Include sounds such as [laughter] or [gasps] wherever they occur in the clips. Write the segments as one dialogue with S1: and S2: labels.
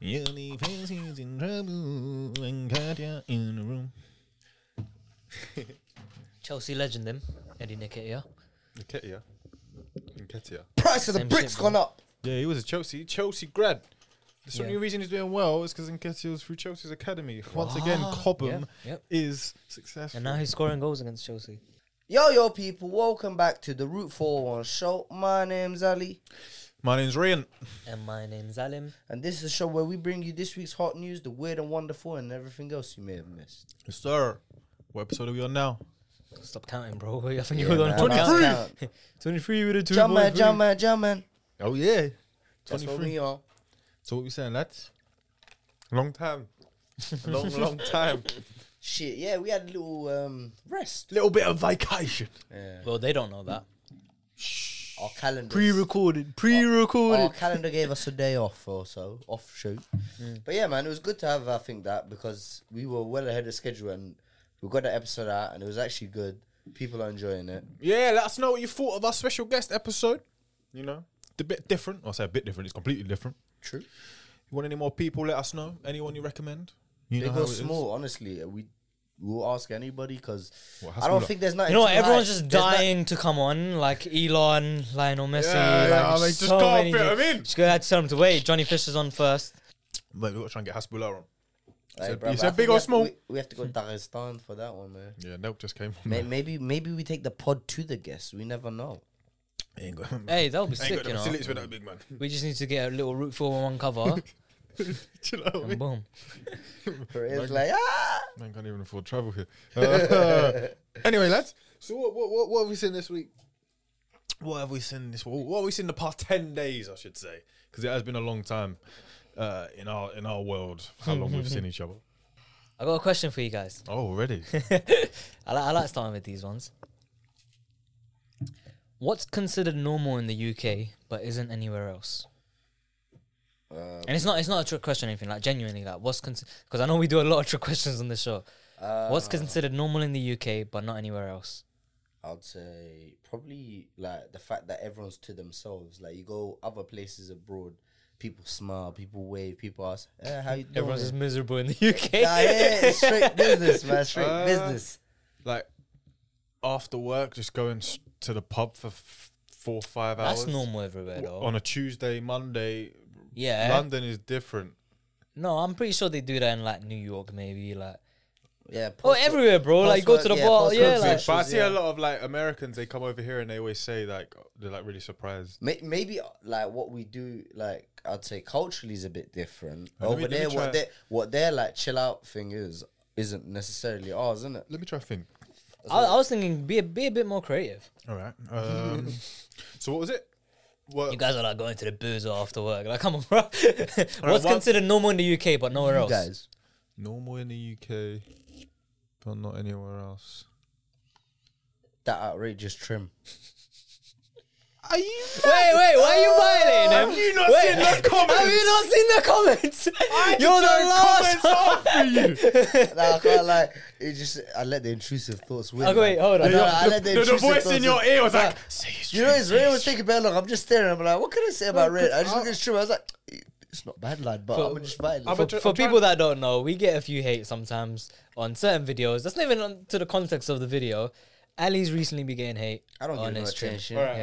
S1: Yoni Fancy's in trouble and Katya in the room.
S2: Chelsea legend, them Eddie Nketiah.
S3: Nketia. Nketia.
S4: Price of the
S2: Same
S4: bricks
S2: shit,
S4: gone up.
S3: Yeah, he was a Chelsea Chelsea grad. That's The
S2: Yeah.
S3: only reason he's doing well is because Nketiah was through Chelsea's academy. Once again, Cobham
S2: Yeah, yep.
S3: is successful.
S2: And now he's scoring goals against Chelsea.
S4: Yo, yo, people, welcome back to the Route 401 show. My name's Ali,
S3: My name's Ryan.
S2: And my name's Alim.
S4: and this is a show where we bring you this week's hot news, the weird and wonderful, and everything else you may have missed.
S3: Yes, sir. What episode are we on now?
S2: Stop counting, bro. [laughs] I think you were on
S4: man,
S2: 23.
S4: that's
S2: [laughs]
S4: count.
S2: 23 with a two.
S4: Jump
S2: ball
S4: man,
S2: three.
S4: jump man, jump man.
S3: Oh yeah.
S4: That's what we are.
S3: So what we saying, lads? Long time. A long, long time.
S4: Shit, yeah, we had a little um, rest.
S3: Little bit of vacation.
S4: Yeah.
S2: Well, they don't know that.
S4: Our calendar.
S3: Pre-recorded. Pre-recorded.
S4: Our calendar gave us a day off or so, off shoot. But yeah, man, it was good to have, I think, that because we were well ahead of schedule and we got that episode out and it was actually good. People are enjoying it.
S3: Yeah, let us know what you thought of our special guest episode. You know, a bit different. I say a bit different. It's completely different.
S4: True.
S3: You want any more people? Let us know. Anyone you recommend? You
S4: Big
S3: how
S4: or
S3: it is.
S4: small, honestly, we will ask anybody because
S3: Well,
S4: I don't
S3: Hasbulla.
S4: think there's nothing.
S2: You know what?
S4: too
S2: Everyone's
S4: high.
S2: just
S4: There's not-
S2: dying to come on, like Elon, Lionel Messi.
S3: Yeah,
S2: like,
S3: yeah, I mean, just
S2: so
S3: can't
S2: many
S3: fit 'em
S2: dudes.
S3: in.
S2: Just go ahead, tell them to wait. Johnny Fisher's on first.
S3: But we got to try and get Hasbullah on.
S4: Hey,
S3: said-
S4: bruv,
S3: you
S4: I
S3: said
S4: think
S3: big
S4: we
S3: or
S4: have-
S3: small?
S4: We, we have to go Dagestan for that one, man.
S3: Yeah, Nelk just came. From
S4: May- Maybe maybe we take the pod to the guests. We
S3: [laughs]
S4: never know.
S3: Ain't got,
S2: Hey, that'll be
S3: ain't got
S2: sick,
S3: the
S2: you know.
S3: facilities for that big man. [laughs]
S2: We just need to get a little Route 411 [laughs] cover,
S3: Do you know what I
S2: and
S3: mean?
S2: boom.
S4: It's like ah,
S3: Man can't even afford travel here. [laughs] Uh, anyway, lads. So what, what what what have we seen this week? What have we seen this? What have we seen the past ten days? I should say, because it has been a long time uh, in our in our world. How long we've [laughs] seen each other?
S2: I got a question for you guys.
S3: Oh, [laughs] already.
S2: I, li- I like starting with these ones. What's considered normal in the UK but isn't anywhere else?
S4: Uh,
S2: and it's not it's not a trick question or anything like genuinely like what's because I know we do a lot of trick [laughs] questions on the show. what's considered normal in the UK but not anywhere else?
S4: I'd say probably like the fact that everyone's to themselves. Like you go other places abroad, people smile, people wave, people ask, eh, "How you doing?"
S2: Everyone's just miserable in the UK.
S4: Nah, yeah,
S3: [laughs]
S4: it's straight business, man. Straight
S3: Uh,
S4: business.
S3: like after work, just going s- to the pub for f- four five hours.
S2: That's normal everywhere
S3: W-
S2: though.
S3: On a Tuesday, Monday,
S2: yeah.
S3: London is different.
S2: No, I'm pretty sure they do that in like New York maybe like
S4: Yeah.
S2: Oh,
S4: postal-
S2: everywhere, bro. Like go to the bar.
S4: Postcode- yeah,
S2: Yeah,
S4: postcode
S2: like
S3: but I
S4: socials,
S3: see
S4: yeah.
S3: a lot of like Americans. They come over here and they always say like they're like really surprised.
S4: May- Maybe uh, like what we do, like I'd say culturally is a bit different
S3: Let me-
S4: over
S3: let me
S4: there.
S3: try-
S4: What they what their like chill out thing is isn't necessarily ours, isn't it?
S3: Let me try to think.
S2: I, I was thinking be a, be a bit more creative.
S3: All [laughs] right. Um, so what was it? What,
S2: You guys are like going to the boozer after work. Like, come on, bro. [laughs] What's
S3: well-
S2: considered normal in the UK but nowhere
S4: You
S2: else?
S4: guys,
S3: normal in the UK, but not anywhere else.
S4: that outrageous trim.
S3: [laughs]
S4: [laughs]
S3: Are you? Oh,
S2: Wait, wait, why are you violating him?
S3: Have you not
S2: Wait,
S3: seen the comments? [laughs]
S2: [laughs] Have you not seen the comments? You're the last. [laughs]
S3: Comments off for you.
S4: nah, I can't like it. Just I let the intrusive thoughts win.
S2: Okay, wait,
S4: man.
S2: hold on.
S4: I,
S2: No,
S4: I let the,
S3: The, the
S4: intrusive
S3: voice
S4: thoughts
S3: in your
S4: win.
S3: ear was like, "Say it's
S4: You know, it's Ray was taking bad look. I'm just staring. I'm like, what can I say about Ray? I just look at trim. I was like, it's not bad, lad, but I'm just violent.
S3: I'm a
S2: For,
S3: tr-
S2: for
S3: I'm trying-
S2: people that don't know, we get a few hate sometimes on certain videos. That's not even on, to the context of the video. Ali's recently been getting hate.
S4: I don't
S2: on
S4: give no
S2: his trim.
S4: attention.
S3: Alright,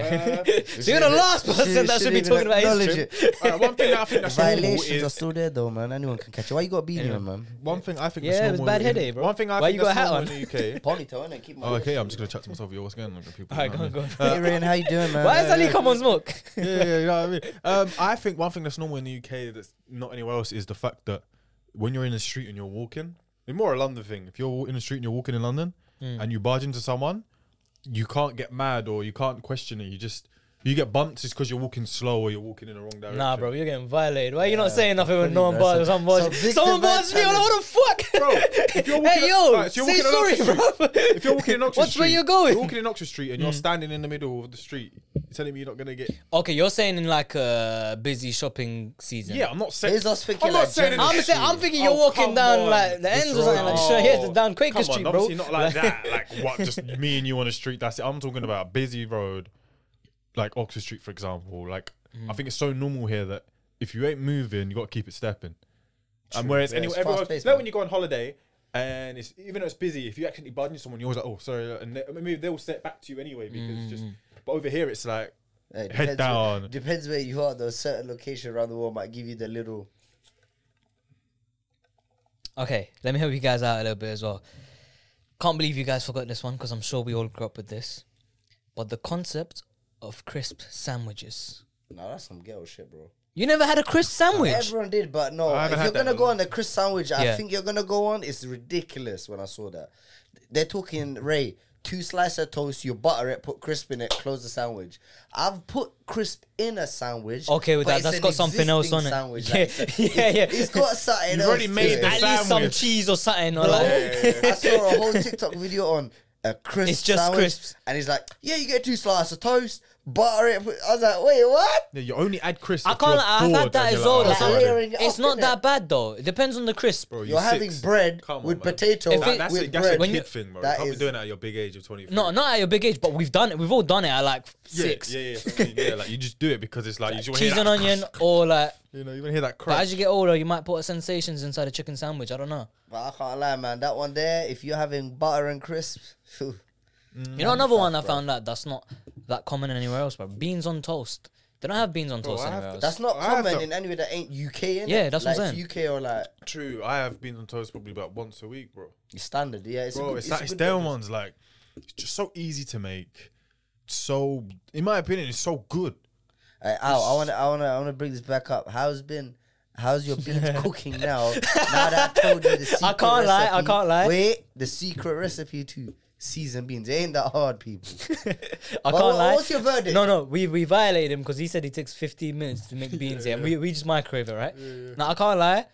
S3: [laughs]
S2: Yeah.
S3: uh,
S2: so you're the last person
S4: Shouldn't-
S2: that should be
S4: shouldn't
S2: talking
S4: even
S2: about his
S4: acknowledge
S2: trim.
S4: it.
S3: all right, one thing that I think that's [laughs] normal
S4: Violations are
S3: is
S4: still there though, man. Anyone can catch you. Why you got a beanie on, man?
S3: one thing I think
S2: Yeah,
S3: that's
S2: it was
S3: normal
S2: bad
S3: in-
S2: headache, bro.
S3: One thing I
S2: Why
S3: think
S2: you got
S3: that's
S2: a hat
S3: normal in the [laughs] UK.
S4: Ponytail, innit? Keep my.
S3: Oh, okay, I'm just gonna chat to myself. Yo, what's going on, people?
S2: All right,
S3: You
S2: go
S3: know
S2: on, go
S4: [laughs]
S3: what
S2: on.
S4: Hey, Ryan, how you doing, man?
S2: Why is
S4: Uh,
S2: Ali come on
S4: [laughs]
S3: I
S2: smoke?
S3: mean? [laughs] Yeah, yeah, you know what I mean. Um, I think one thing that's normal in the UK that's not anywhere else is the fact that when you're in the street and you're walking, it's more a London thing. If you're in the street and you're walking in London
S2: Mm.
S3: and you barge into someone, you can't get mad or you can't question it. You just you get bumped is because you're walking slow or you're walking in the wrong direction.
S2: Nah, bro, you're getting violated. Why are you not saying nothing when
S4: fully,
S2: no one
S4: bro.
S2: bars?
S4: So-
S2: Someone bars.
S4: so victim
S2: someone bars me. I'm like, what the fuck, [laughs]
S3: Bro, if you're walking
S2: hey, yo,
S3: alright, so you're
S2: say sorry,
S3: walking on Oxford
S2: bro.
S3: Street- [laughs] If you're walking
S2: [laughs]
S3: in Oxford
S2: What's
S3: Street,
S2: where you're going? Mm.
S3: You're walking in Oxford Street and you're standing in the middle of the street. You're telling me you're not gonna get.
S2: Okay, you're saying in like a busy shopping season.
S3: Yeah, I'm not saying.
S4: Here's us thinking
S3: I'm not
S4: like
S3: saying
S4: general
S3: in the
S2: I'm
S4: shit.
S3: street.
S2: saying, I'm thinking
S3: Oh,
S2: you're walking
S3: come
S2: down
S3: on.
S2: like the
S3: It's
S2: ends or something like
S3: right.
S2: shit. Yeah, it's down Quaker
S3: Come on,
S2: Street, bro.
S3: obviously not like
S2: [laughs]
S3: that. Like what? Just me and you on a street. That's it. I'm talking about a busy road, like Oxford Street, for example. Like I think it's so normal here that if you ain't moving, you got to keep it stepping. And
S4: True.
S3: whereas
S4: Yeah,
S3: anyway,
S4: it's
S3: everyone,
S4: fast-paced,
S3: like
S4: man.
S3: when you go on holiday and it's even though it's busy, if you accidentally budge into someone, you're always like, oh, sorry, and they, maybe they'll set back to you anyway because it's just. But over here, it's like
S4: Uh, it
S3: Head
S4: depends
S3: down.
S4: Where, depends where you are, though. Certain location around the world might give you the little.
S2: Okay, let me help you guys out a little bit as well. Can't believe you guys forgot this one because I'm sure we all grew up with this. But the concept of crisp sandwiches.
S4: Nah, that's some ghetto shit, bro.
S2: You never had a crisp sandwich.
S4: Everyone did, but
S3: I
S4: no. If
S3: haven't
S4: you're
S3: had that
S4: gonna
S3: in a
S4: go
S3: long
S4: on the Chris sandwich, I
S2: Yeah.
S4: think you're gonna go on. It's ridiculous when I saw that. They're talking Ray two slices of toast. You butter it, put crisp in it, close the sandwich. I've put crisp in a sandwich.
S2: Okay, with
S4: but
S2: that,
S4: it's
S2: that's
S4: an
S2: got something else
S4: existing
S2: on it.
S4: Sandwich.
S2: Yeah,
S4: it's
S2: [laughs]
S4: a-
S2: yeah,
S4: it's-
S2: yeah.
S4: It's got something
S3: You've
S4: else.
S3: already
S4: to
S3: made
S4: it.
S3: the
S2: At least some
S3: sandwich.
S2: cheese or something. Or
S4: Bro,
S2: like,
S4: [laughs] I saw a
S2: [laughs]
S4: whole TikTok video on a crisp.
S2: It's just
S4: sandwich,
S2: crisps.
S4: And he's like, "Yeah, you get two slices of toast, butter it." put-" I was like, "Wait, what?"
S3: yeah, you only add crisp.
S2: I
S3: if you're
S2: can't. I've
S3: bored
S2: had that
S3: and
S2: as
S3: you're
S2: well.
S3: like, "Oh,
S2: Like,
S3: sorry."
S4: layering
S2: [laughs]
S4: it
S2: it's
S4: up,
S2: not
S4: innit?
S2: that bad though. It depends on the crisp.
S3: Bro,
S4: You're having
S3: six.
S4: bread
S3: Come on,
S4: with
S3: man.
S4: potato
S2: If it-
S3: That- that's, a,
S4: with
S3: that's a
S4: bread.
S2: when you-
S3: kid thing, bro. you
S4: That
S3: can't
S4: is-
S3: be doing that at your big age of 23.
S2: No, not at your big age, but we've done it. We've all done it at like
S3: yeah,
S2: six.
S3: Yeah, yeah, something, yeah. Like you just do it because it's like, you just wanna hear
S2: Cheese
S3: that
S2: and onion, or like.
S3: You know, you want to hear that
S2: But
S3: crunch.
S2: as you get older, you might put sensations inside a chicken sandwich. I don't know.
S4: But I can't lie, man. That one there, if you're having butter and crisps,
S3: Mm.
S2: You know another one I found out that's not that common anywhere else, but beans on toast. They don't have beans on toast
S3: I have
S2: anywhere
S3: to-
S2: else.
S4: that's not
S3: I have
S4: common
S3: to-
S4: in any way that ain't UK. Innit?
S2: Yeah, that's what
S4: like,
S2: I'm
S4: it's
S2: saying.
S4: UK or like
S3: True, I have been on toast probably about once a week, bro.
S4: it's standard. Yeah, it's a
S3: bro,
S4: good,
S3: it's, that
S4: a
S3: it's
S4: good
S3: their
S4: breakfast.
S3: ones like it's just so easy to make. So, in my opinion, it's so good.
S4: Hey, Al, I want to, I want to, I want to bring this back up. How's been, how's your beans
S2: [laughs]
S4: cooking now? Now that I told you the secret
S2: I can't lie, I
S4: recipe-
S2: can't lie.
S4: Wait, the secret recipe to seasoned beans it ain't that hard, people.
S2: [laughs] I
S4: Well,
S2: can't
S4: what-
S2: lie.
S4: what's your verdict?
S2: No, no, we we violated him because he said he takes 15 minutes to make beans here, and we, we just microwave it, right? Now I can't lie.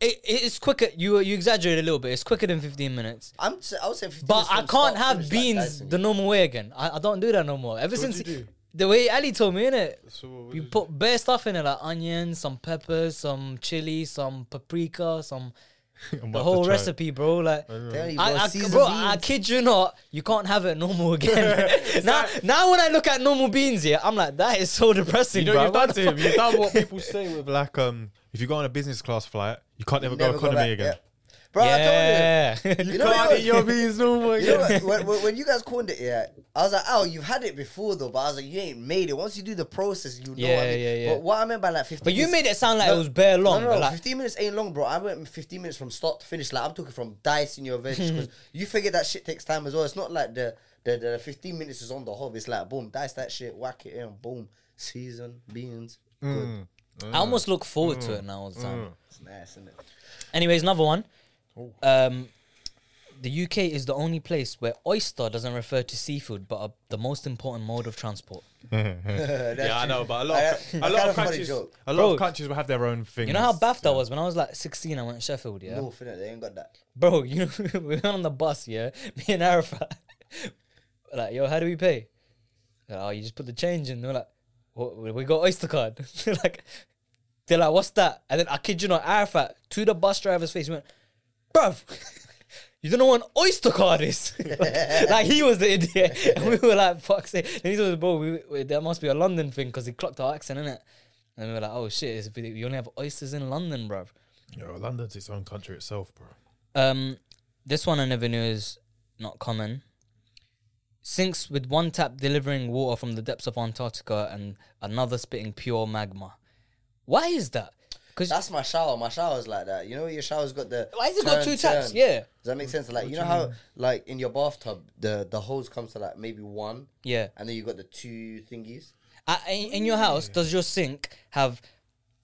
S2: It, it's quicker. You you exaggerate a little bit. It's quicker than 15 minutes.
S4: I'm, s- I would say, 15
S2: But
S4: is
S2: I
S4: from start
S2: can't
S4: to
S2: have
S4: finish, like
S2: beans
S4: dicing
S2: the
S4: it.
S2: normal way again. I, I don't do that no more. Ever
S3: What do
S2: since
S3: you do?
S2: the way Ali told me, innit?
S3: So, what
S2: You
S3: is-
S2: put bare stuff in it, like onions, some peppers, some chili, some paprika, some
S3: I'm about
S2: the
S3: to try
S2: whole
S3: it.
S2: recipe, bro. Like,
S4: Tell you,
S2: I,
S4: bro,
S2: I,
S4: seasoned
S2: bro,
S4: beans.
S2: I kid you not, you can't have it
S3: [laughs]
S2: normal again. [laughs] now, now when I look at normal beans here, I'm like, that is so [laughs] depressing,
S3: You know,
S2: bro.
S3: you've done
S2: What the
S3: to him. You've done what people say with like, um, if you go on a business class flight, you can't ever go
S4: Never go
S3: economy
S4: back,
S3: again.
S4: yeah. Bro,
S2: yeah.
S4: I told you. You know,
S3: Can't
S4: what-
S3: eat your beans no more
S4: [laughs] You know
S3: again.
S4: what, when, when- when you guys called it, yeah, I was like, oh, you've had it before though, but I was like, you ain't made it. Once you do the process, you know. what I
S2: Yeah,
S4: mean.
S2: yeah, yeah.
S4: But what I meant by like 15
S2: but you
S4: minutes-
S2: made it sound like
S4: No,
S2: it was bare long.
S4: No,
S2: but
S4: no, no,
S2: like,
S4: 15 minutes ain't long, bro. I went 15 minutes from start to finish. Like, I'm talking from dicing your
S2: [laughs]
S4: veggies. 'cause you figure that shit takes time as well. It's not like the, the, the 15 minutes is on the hob. It's like, boom, dice that shit, whack it in, boom. Season, beans, good.
S3: Mm.
S2: I almost look forward to it now all the time.
S4: It's nice, isn't it? [laughs]
S2: Anyways, another one.
S3: Oh.
S2: Um, the UK is the only place where oyster doesn't refer to seafood, but a, the most important mode of transport.
S3: Yeah, I know, but a lot,
S4: I-
S3: of,
S4: I
S3: a lot
S4: kinda
S3: of
S4: funny
S3: countries,
S4: joke.
S3: a lot
S2: Bro,
S3: of countries will have their own thing.
S2: You know how baffed I was when I was like 16, I went to Sheffield, yeah?
S4: North, innit? They ain't got that.
S2: Bro, [laughs] you know, we went on the bus, yeah? Me and Arafat. [laughs] like, yo, how do we pay? They're like, oh, you just put the change in. They're like, what, we got Oyster card. [laughs] They're like, they're like, what's that? And then I kid you not, Arafat, to the bus driver's face, he went, bruv, [laughs] you don't know what an Oyster card is. [laughs] like, like, he was the idiot. [laughs] And we were like, fuck sake. Then he told us, bro, we, we, that must be a London thing because he clocked our accent, innit? And we were like, oh shit, it's- we only have oysters in London, bruv.
S3: Yo, London's its own country itself, bro.
S2: Um, this one I never knew is not common. Sinks with one tap delivering water from the depths of Antarctica and another spitting pure magma. Why is that? Because
S4: That's my shower. My shower's like that. You know, your shower's got the.
S2: why has it got
S4: turn,
S2: two taps?
S4: turn.
S2: Yeah,
S4: Does that make sense? Like, you know how, like, in your bathtub, the, the hose comes to like maybe one,
S2: yeah.
S4: and then you got the two thingies?
S2: Uh, in, in your house, does your sink have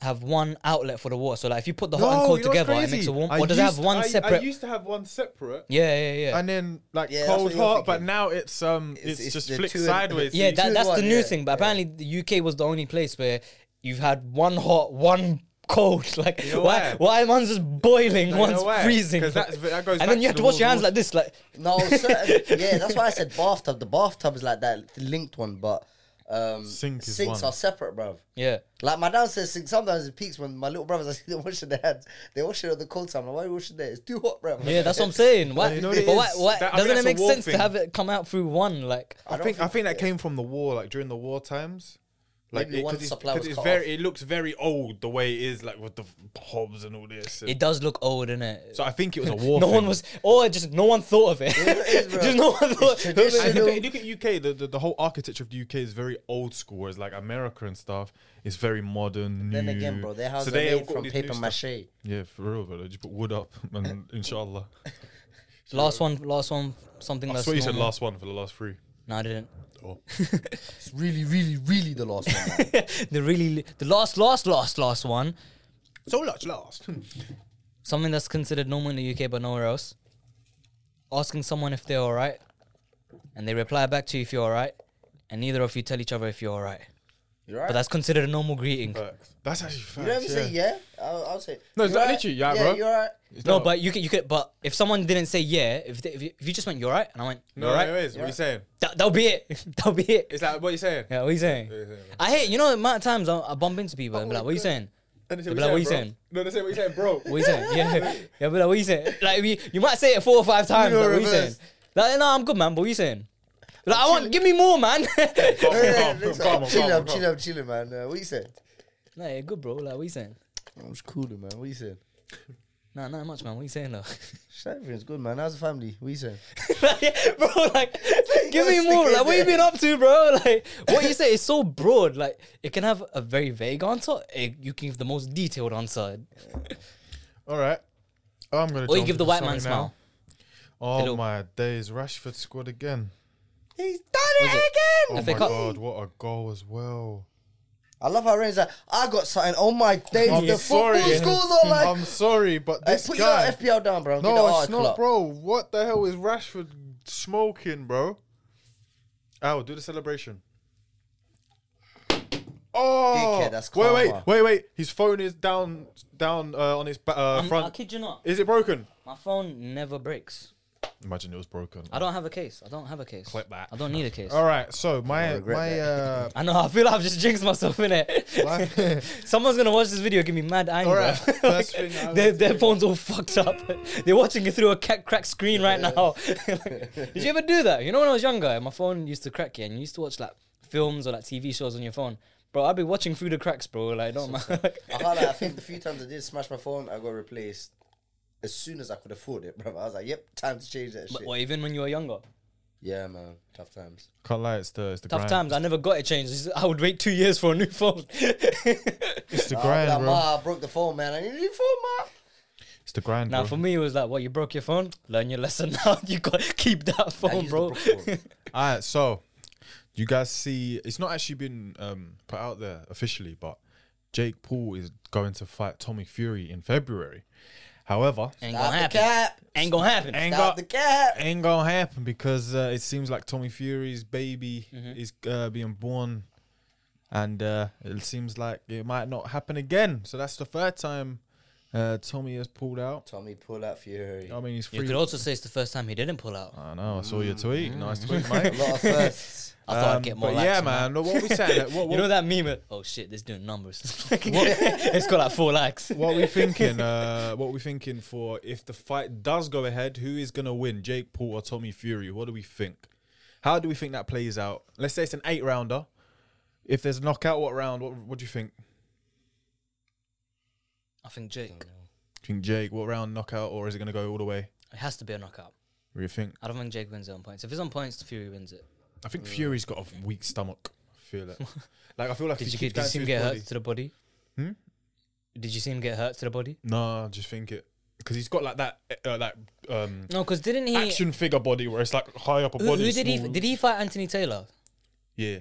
S2: have one outlet for the water? So like, if you put the
S3: Oh,
S2: hot and cold together, it makes it warm. or does it have one separate?
S3: I used to have one separate.
S2: yeah, yeah, yeah.
S3: and then like
S4: Yeah, that's
S3: cold
S4: what you're
S3: hot, but
S4: thinking.
S3: now it's um
S4: It's-
S3: it's,
S4: it's
S3: just
S4: the
S3: flipped
S4: two and-
S3: sideways.
S2: yeah,
S3: So
S2: that,
S4: two
S2: that's
S4: one,
S2: the new
S4: yeah,
S2: thing. But apparently, the UK was the only place where you've had one hot, one cold. [laughs] Like,
S3: know
S2: why?
S3: why?
S2: Why one's just boiling,
S3: No, you
S2: one's
S3: know why?
S2: freezing.
S3: 'Cause that's- that goes
S2: and
S3: back
S2: then you have
S3: to
S2: to
S3: the
S2: wash your
S3: whole
S2: hands like this. Like,
S4: No, [laughs] certain, yeah, that's why I said bathtub. The bathtub is like that linked one, but um,
S3: Sink is
S4: sinks
S3: one.
S4: are separate, bruv.
S2: yeah.
S4: Like my downstairs sink, sometimes it peaks when my little brothers [laughs] I see them washing their hands. They wash it on the cold time. Like, why are you washing there? It's too hot, bruv.
S2: Yeah, that's what I'm saying. Why?
S3: you know what
S2: but
S3: it
S2: why?
S3: is?
S2: why
S3: That- I mean,
S2: doesn't
S3: that's
S2: it
S3: a
S2: make
S3: war
S2: sense to
S3: thing.
S2: have it come out through one? Like,
S3: I,
S4: don't
S3: think I
S4: think-
S3: think that came from the war, like during the war times. Like
S4: Maybe
S3: it,
S4: one
S3: 'cause it's-
S4: supply
S3: 'cause
S4: was
S3: it's
S4: cut
S3: very,
S4: off.
S3: it looks very old the way it is, like with the hobs and all this. and-
S2: It does look old, innit?
S3: so I think
S2: [laughs]
S3: it was a war.
S2: no
S3: thing.
S2: one was, or just no one thought of it.
S4: it
S2: [laughs]
S4: is, bro.
S2: just no one thought.
S4: tradition.
S3: I
S4: You
S3: think that- look at UK. The, the the whole architecture of the UK is very old school, whereas like America and stuff is very modern.
S4: Then
S3: new.
S4: again, bro, their houses
S3: they have
S4: are made
S3: got
S4: from
S3: this new
S4: paper
S3: stuff.
S4: mache.
S3: Yeah, for real, bro. They Just put wood up,
S2: [laughs]
S3: and inshallah.
S2: Last one, last one, something
S3: I
S2: that's.
S3: swear you said
S2: normal.
S3: last one for the last three.
S2: No, I didn't. [laughs]
S3: Oh.
S4: It's really, really, really the last one. man.
S2: the really, the last, last, last, last one.
S3: so much last.
S2: Something that's considered normal in the UK but nowhere else. Asking someone if they're alright, and they reply back to you if you're alright, and neither of you tell each other if you're alright.
S4: [laughs] You're right.
S2: But that's considered a normal greeting.
S3: That's actually
S4: you
S3: [laughs] facts.
S4: don't
S3: yeah.
S4: even say yeah. I'll, I'll say
S3: No, it's
S4: "You
S3: not
S4: alright?
S3: literally, yeah,
S4: yeah,
S3: bro. [laughs]
S4: You're right.
S2: No, but you could, you could, but if someone didn't say yeah, if they, if, you, if you just went you're right, and I went you're
S3: No,
S2: right,
S3: it is. What are you saying?
S2: that that'll be it. [laughs] that'll be it.
S3: It's like what are you saying?
S2: Yeah, what are you saying?
S3: Yeah, yeah, yeah.
S2: I hate you know the amount of times I, I bump into people and be
S3: my
S2: like, what are you
S3: God.
S2: saying?
S3: And they say,
S2: They'll be like,
S3: bro?" No, they say what you saying, bro.
S2: What are you saying? Yeah, [laughs] yeah, but like, what are you saying? Like you, you might say it four or five times.
S3: know,
S2: Like, what are you saying?
S3: reverse.
S2: Like no, I'm good, man. But what are you saying? Like I want, give me more, man.
S3: Calm,
S2: [laughs]
S4: Yeah, yeah,
S3: calm,
S4: yeah, listen,
S3: calm,
S4: Chill
S3: calm,
S4: up,
S3: calm.
S4: chill up, chill up, man. Uh, What you saying?
S2: nah, yeah, good, bro. Like what are you saying?
S4: I'm just cooling, man. What you saying?
S2: Nah, not much, man. What are you saying though? [laughs]
S4: Shit, Everything's good, man. How's the family? What you saying?
S2: Like, bro, like, give
S4: gotta
S2: me
S4: stick
S2: more.
S4: it
S2: Like, what you
S4: there.
S2: been up to, bro? [laughs] Like, what you say is so broad. Like, it can have a very vague answer. It, you can give the most detailed answer,
S3: All right. I'm gonna.
S2: or you
S3: jump
S2: give
S3: into
S2: the white
S3: something
S2: man
S3: now.
S2: smile.
S3: Oh
S2: Hello.
S3: my days, Rashford scored again.
S4: He's done
S2: Was it?
S3: Oh
S2: If
S3: my
S2: they cut-
S3: god, what a goal as well.
S4: I love how Ren's like, I got something. Oh my days,
S3: I'm
S4: the
S3: sorry.
S4: football schools are like,
S3: I'm sorry, but
S4: Hey,
S3: this
S4: put
S3: guy.
S4: your FPL down, bro. Get the
S3: no,
S4: hard
S3: it's not,
S4: club.
S3: bro. What the hell is Rashford smoking, bro? Ow, do the celebration. Oh,
S4: Dickhead, that's
S3: wait, wait,
S4: karma.
S3: wait, wait. His phone is down, down uh, on its ba- uh,
S2: I'm- I
S3: front.
S2: Mm, kid you not.
S3: Is it broken?
S2: My phone never breaks.
S3: Imagine it was broken.
S2: I don't have a case. I don't have a case.
S3: Clip that.
S2: I don't need a case.
S3: All right, so my
S4: regret
S3: my uh,
S2: I know. I feel like I've just jinxed myself in it.
S3: my-
S2: [laughs] Someone's gonna watch this video, give me mad anger.
S3: Alright,
S2: [laughs]
S3: first thing I
S2: their,
S3: would
S2: their phones all fucked up. [laughs] They're watching it through a ca- cracked screen right now. [laughs] Did you ever do that? You know, when I was younger, my phone used to crack. Yeah, and you used to watch like films or like TV shows on your phone. Bro, I'd be watching through the cracks, bro. [laughs] Like, don't matter.
S4: I can't lie, I think the few times I did smash my phone, I got replaced as soon as I could afford it, bro. I was like, yep, time to change that shit.
S2: But well, even when you were younger,
S4: Yeah, man. Tough times.
S3: can't lie, it's the it's the
S2: tough
S3: grind.
S2: times. I never got it changed. It's- I would wait two years for a new phone. [laughs]
S3: It's the
S4: Nah, I'll be
S3: grind,
S4: like,
S3: bro.
S4: Ma, I broke the phone, man. I need a new phone, ma.
S3: It's the grind,
S2: now,
S3: bro.
S2: for me, it was like, what? You broke your phone? Learn your lesson now. [laughs] You got keep that phone,
S4: used the
S2: bro.
S4: broke
S3: [laughs]
S4: phone.
S3: All right, so you guys see, it's not actually been um, put out there officially, but Jake Paul is going to fight Tommy Fury in February. However,
S2: Ain't
S4: Stop
S2: gonna
S4: the
S2: happen.
S4: cap.
S2: Ain't gonna happen.
S4: Stop the cap.
S3: ain't gonna happen because uh, it seems like Tommy Fury's baby
S2: Mm-hmm.
S3: is uh, being born, and uh, it seems like it might not happen again. So that's the third time uh, Tommy has pulled out.
S4: Tommy, pull out Fury.
S3: I mean, he's
S2: You
S3: free.
S2: could also say it's the first time he didn't pull out.
S3: I know. I saw your tweet. Nice tweet,
S4: A
S3: mate.
S4: lot of firsts.
S2: I [laughs] thought
S3: Um,
S2: I'd get more.
S3: but
S2: likes
S3: yeah,
S2: on [laughs]
S3: man. What were we saying? What,
S2: that.
S3: what,
S2: You know that meme? of, Oh shit, this doing
S3: [laughs]
S2: numbers. [laughs] it's got like four likes.
S3: what [laughs] we thinking? Uh, what we thinking for if the fight does go ahead? Who is gonna win, Jake Paul or Tommy Fury? What do we think? How do we think that plays out? Let's say it's an eight rounder. If there's a knockout, what round? What, what do you think?
S2: I think Jake.
S3: Do you think Jake? What round knockout, or is it gonna go all the way?
S2: It has to be a knockout.
S3: What do you think?
S2: I don't think Jake wins it on points. If it's on points, Fury wins it.
S3: I think Fury's got a weak stomach. I feel [laughs] it. Like I feel like
S2: Did
S3: if
S2: you,
S3: he
S2: get-
S3: keeps going
S2: did you see
S3: to
S2: him
S3: his
S2: get
S3: body-
S2: hurt to the body?
S3: Hmm?
S2: Did you see him get hurt to the body?
S3: No, I just think it because he's got like that uh, that um,
S2: No, because didn't he?
S3: action figure body where it's like high up a
S2: who,
S3: body.
S2: who did he?
S3: small-
S2: Did he fight Anthony Taylor?
S3: Yeah,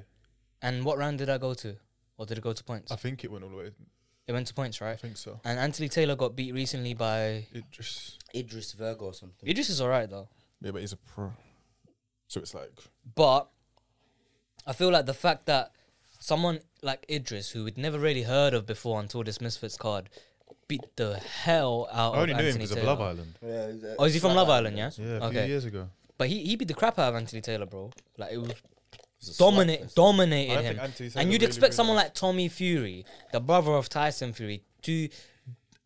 S2: And what round did I go to? Or did it go to points?
S3: I think it went all the way.
S2: It went to points,
S3: I
S2: right?
S3: think so.
S2: And Anthony Taylor got beat recently by.
S3: It just.
S4: Idris Virgo or something.
S2: Idris is alright though.
S3: Yeah, but he's a pro. So it's like
S2: But I feel like the fact that someone like Idris, who we'd never really heard of before until this Misfits card, beat the hell out
S3: I only
S2: of
S3: knew him
S2: Anthony
S3: because of
S2: Taylor.
S3: Love Island.
S4: Yeah, he's, uh,
S2: Oh, is he from Love Island? Yeah.
S3: Yeah, a few
S2: okay.
S3: years ago.
S2: But he, he beat the crap out of Anthony Taylor, bro. Like it was
S4: He's a
S2: dominate
S4: slugfest.
S2: dominated
S3: I don't
S2: him.
S3: think Anthony Taylor
S2: and you'd
S3: really
S2: expect someone
S3: realised.
S2: like Tommy Fury, the brother of Tyson Fury, to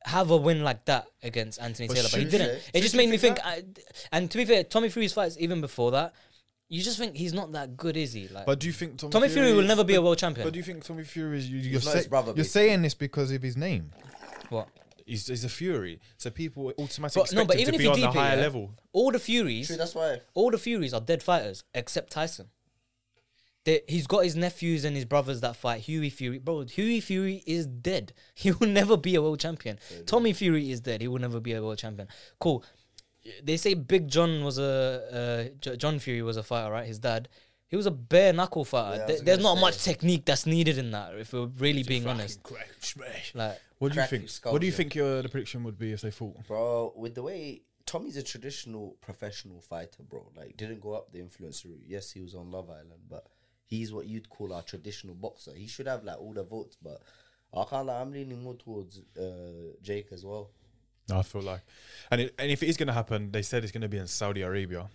S2: have a win like that against Anthony
S3: But
S2: Taylor, but he
S3: should-
S2: didn't.
S4: should
S2: It just
S3: you
S2: made me
S3: think
S2: think. I, and to be fair, Tommy Fury's fights even before that, you just think he's not that good, is he? Like
S3: But do you think Tommy,
S2: Tommy Fury will never be a world
S3: But,
S2: champion.
S3: do you think Tommy Fury is? You, you're
S4: He's not his
S3: say-
S4: brother,
S3: you're
S4: basically.
S3: saying this because of his name.
S2: what?
S3: He's, he's a Fury, so people automatically
S2: But,
S3: expect
S2: no, but
S3: him
S2: even
S3: to
S2: if
S3: be
S2: you
S3: on
S2: deep
S3: a
S2: it,
S3: higher
S2: yeah,
S3: level.
S2: all the
S4: True,
S2: Furies,
S4: that's why.
S2: all the Furies are dead fighters except Tyson. They, he's got his nephews and his brothers that fight. Huey Fury, bro. Huey Fury is dead. [laughs] He will never be a world champion. Tommy Fury is dead. He will never be a world champion. Cool. They say Big John was a uh, J- John Fury was a fighter, right? His dad. He was a bare knuckle fighter.
S4: Yeah, I
S2: There-
S4: was
S2: there's
S4: gonna
S2: not much technique that's needed in that. If we're really being honest,
S4: [laughs]
S2: like
S3: What do you
S4: Crack
S3: think?
S4: his skulls,
S3: What do you
S4: yeah.
S3: think your the prediction would be if they fought?
S4: Bro, with the way Tommy's a traditional professional fighter, bro. Like didn't go up the influencer route. Yes, he was on Love Island, but he's what you'd call our traditional boxer. He should have like all the votes, but I can't lie, I'm leaning more towards uh, Jake as well.
S3: No, I feel like, and it, and if it is going to happen, they said it's going to be in Saudi Arabia.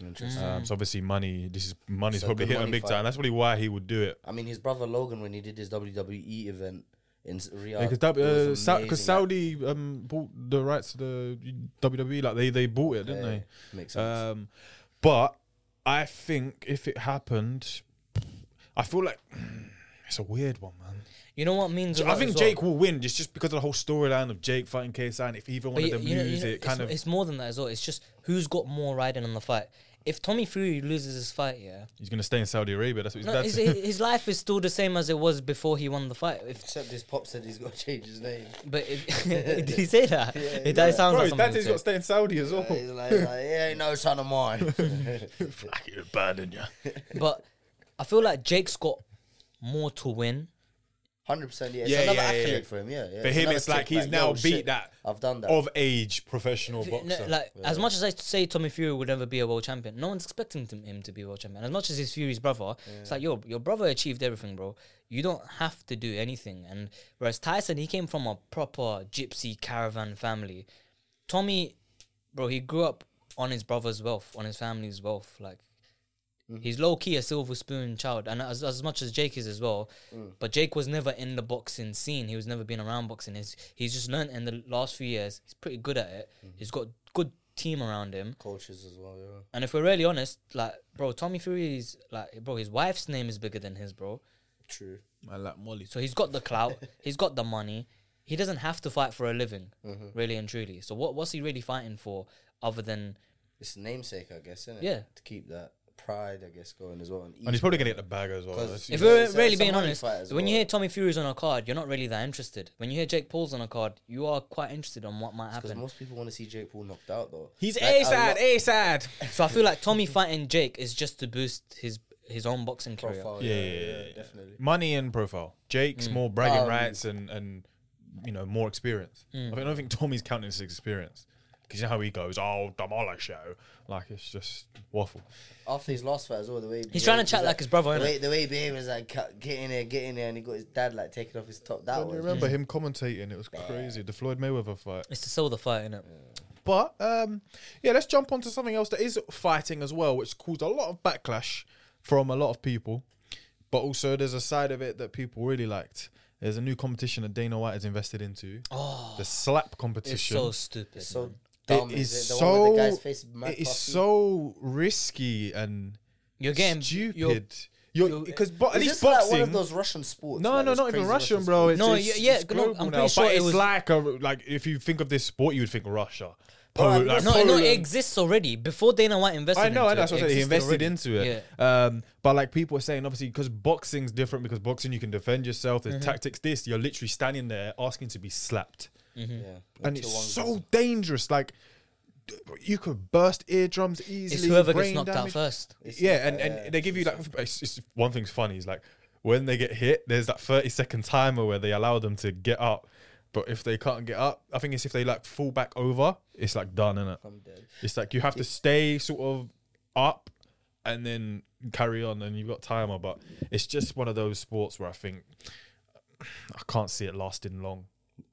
S2: Mm.
S4: Interesting.
S3: Um, so obviously, money. This is money's
S4: So
S3: probably
S4: good
S3: hit him
S4: money
S3: big
S4: fight.
S3: time. That's probably why he would do it.
S4: I mean, his brother Logan, when he did his WWE event in S- Riyadh,
S3: Because
S4: it
S2: uh,
S4: was amazing, like-
S3: uh, Saudi um, bought the rights to the WWE, like they they bought it, didn't
S4: Yeah, makes sense.
S3: they? Um, but I think if it happened, I feel like [clears throat] it's a weird one, man.
S2: you know what means. a
S3: I
S2: lot
S3: think
S2: as well?
S3: Jake will win just just because of the whole storyline of Jake fighting KSI, and if either one of
S2: But you-
S3: them
S2: you know- you
S3: lose,
S2: know,
S3: it kind
S2: it's,
S3: of
S2: it's more than that as well. It's just who's got more riding on the fight. If Tommy Fury loses his fight, yeah,
S3: he's gonna stay in Saudi Arabia. That's what [laughs]
S2: no,
S3: his
S2: his,
S3: dad said.
S2: his life is still the same as it was before he won the fight. If
S4: Except this pop said he's got to change his name.
S2: but if, [laughs] did he say that? it that sounds
S3: Bro,
S2: like
S3: his
S2: something.
S3: dad
S2: he'd
S3: says he's
S2: say.
S3: got to stay in Saudi as well.
S2: [laughs]
S4: Uh, he's like, like, he ain't no son of
S3: [laughs]
S4: mine.
S3: Fucking abandon you.
S2: But I feel like Jake's got more to win.
S4: Hundred percent. Yeah, it's
S3: Yeah,
S4: another
S3: yeah, yeah.
S4: accolade for him. Yeah, yeah.
S3: For him,
S4: another
S3: it's like
S4: tick,
S3: he's now
S2: "Oh,
S4: yo,
S3: beat
S4: shit,
S3: that
S4: I've done that.
S3: Of age professional
S2: No,
S3: boxer.
S2: like as much as I say Tommy Fury would never be a world champion, no one's expecting to- him to be a world champion. As much as he's Fury's brother, it's like yo, your brother achieved everything, bro. You don't have to do anything. And whereas Tyson, he came from a proper gypsy caravan family. Tommy, bro, he grew up on his brother's wealth, on his family's wealth. Like he's low key a silver spoon child, and as as much as Jake is as well. But Jake was never in the boxing scene. He was never been around boxing. He's he's just learned in the last few years. He's pretty good at it. He's got good team around him.
S4: coaches as well. Yeah.
S2: And if we're really honest, like bro, Tommy Fury's like bro, his wife's name is bigger than his bro.
S4: True.
S3: like Molly.
S2: So he's got the clout. he's got the money. He doesn't have to fight for a living, really and truly. So what what's he really fighting for other than
S4: It's namesake, I guess, isn't it?
S2: Yeah.
S4: To keep that pride, I guess, going as well. And,
S3: And he's probably gonna get the bag as well.
S4: 'Cause
S3: That's-
S2: If
S4: Yeah,
S2: we're
S4: it's a-
S2: really
S4: it's a
S2: being
S4: money
S2: honest,
S4: fight as
S2: when you
S4: well.
S2: hear Tommy Fury's on a card, you're not really that interested. When you hear Jake Paul's on a card, you are quite interested on what might
S4: because
S2: happen.
S4: most people want to see Jake Paul knocked out though.
S3: He's
S4: Like, a
S3: A-sad,
S4: lot-
S3: A-sad.
S2: So I feel like
S4: [laughs]
S2: Tommy fighting Jake is just to boost his his own boxing career.
S4: Profile,
S3: Yeah,
S4: yeah,
S3: yeah, yeah, Mm. Oh, yeah.
S4: definitely.
S3: Money and profile. Jake's more bragging
S4: Um,
S3: rights and and you know more experience. I, think, I don't think Tommy's counting his experience because you know how he goes. Oh, demolish show. Like it's just waffle.
S4: After his last fight as well, the way he
S2: He's trying to
S4: behaved,
S2: chat like his brother,
S4: The
S2: innit?
S4: way, the way he behaved was like, "Cut- get in there, get in there, and he got his dad like taking off his top. That
S3: I
S4: was
S3: remember him commentating. It was crazy. The Floyd Mayweather fight.
S2: It's to sell the fight, innit?
S3: But um, yeah, let's jump on to something else that is fighting as well, which caused a lot of backlash from a lot of people. But also, there's a side of it that people really liked. There's a new competition that Dana White has invested into. Oh, the slap
S2: It's
S3: competition.
S2: so stupid.
S4: It's so
S3: It
S4: dumb.
S3: is
S4: it? The one
S3: so.
S4: with the guy's face mad
S3: It is
S4: puffy?
S3: so risky and
S2: you're getting
S3: stupid.
S2: You're,
S3: You're- because bo- at
S4: Is
S3: least
S4: this
S3: boxing.
S4: like one of those Russian sports?
S3: no,
S4: like
S3: no,
S4: those
S3: not even
S4: crazy
S3: Russian, bro. It's,
S2: No,
S3: it's,
S2: yeah, yeah,
S3: it's
S2: no, I'm
S3: global
S2: pretty
S3: now.
S2: sure
S3: but
S2: it
S3: it's
S2: was-
S3: like a, like if you think of this sport, you would think Russia.
S4: Bro,
S3: Pol-
S4: I've
S3: like
S2: no, no,
S3: Poland.
S2: it exists already. Before Dana White invested,
S3: I know,
S2: into
S3: and that's
S2: it,
S3: what
S2: it
S3: I said. He
S2: existed
S3: invested
S2: already.
S3: into it. Um, but like people are saying, obviously, because boxing's different. Because boxing, you can defend yourself.
S2: Mm-hmm.
S3: There's tactics. This, you're literally standing there asking to be slapped,
S4: Yeah.
S3: and
S4: Until
S3: it's
S4: one
S3: so
S4: goes-
S3: dangerous. Like d- you could burst eardrums easily.
S2: It's whoever gets
S3: brain
S2: knocked
S3: damage.
S2: out first.
S3: yeah, and, and they give you like it's, it's, one thing's funny is like when they get hit, there's that 30 second timer where they allow them to get up. But if they can't get up, I think it's if they like fall back over, it's like done, innit?
S4: I'm dead.
S3: It's like you have to stay sort of up and then carry on, and you've got timer. But it's just one of those sports where I think I can't see it lasting long.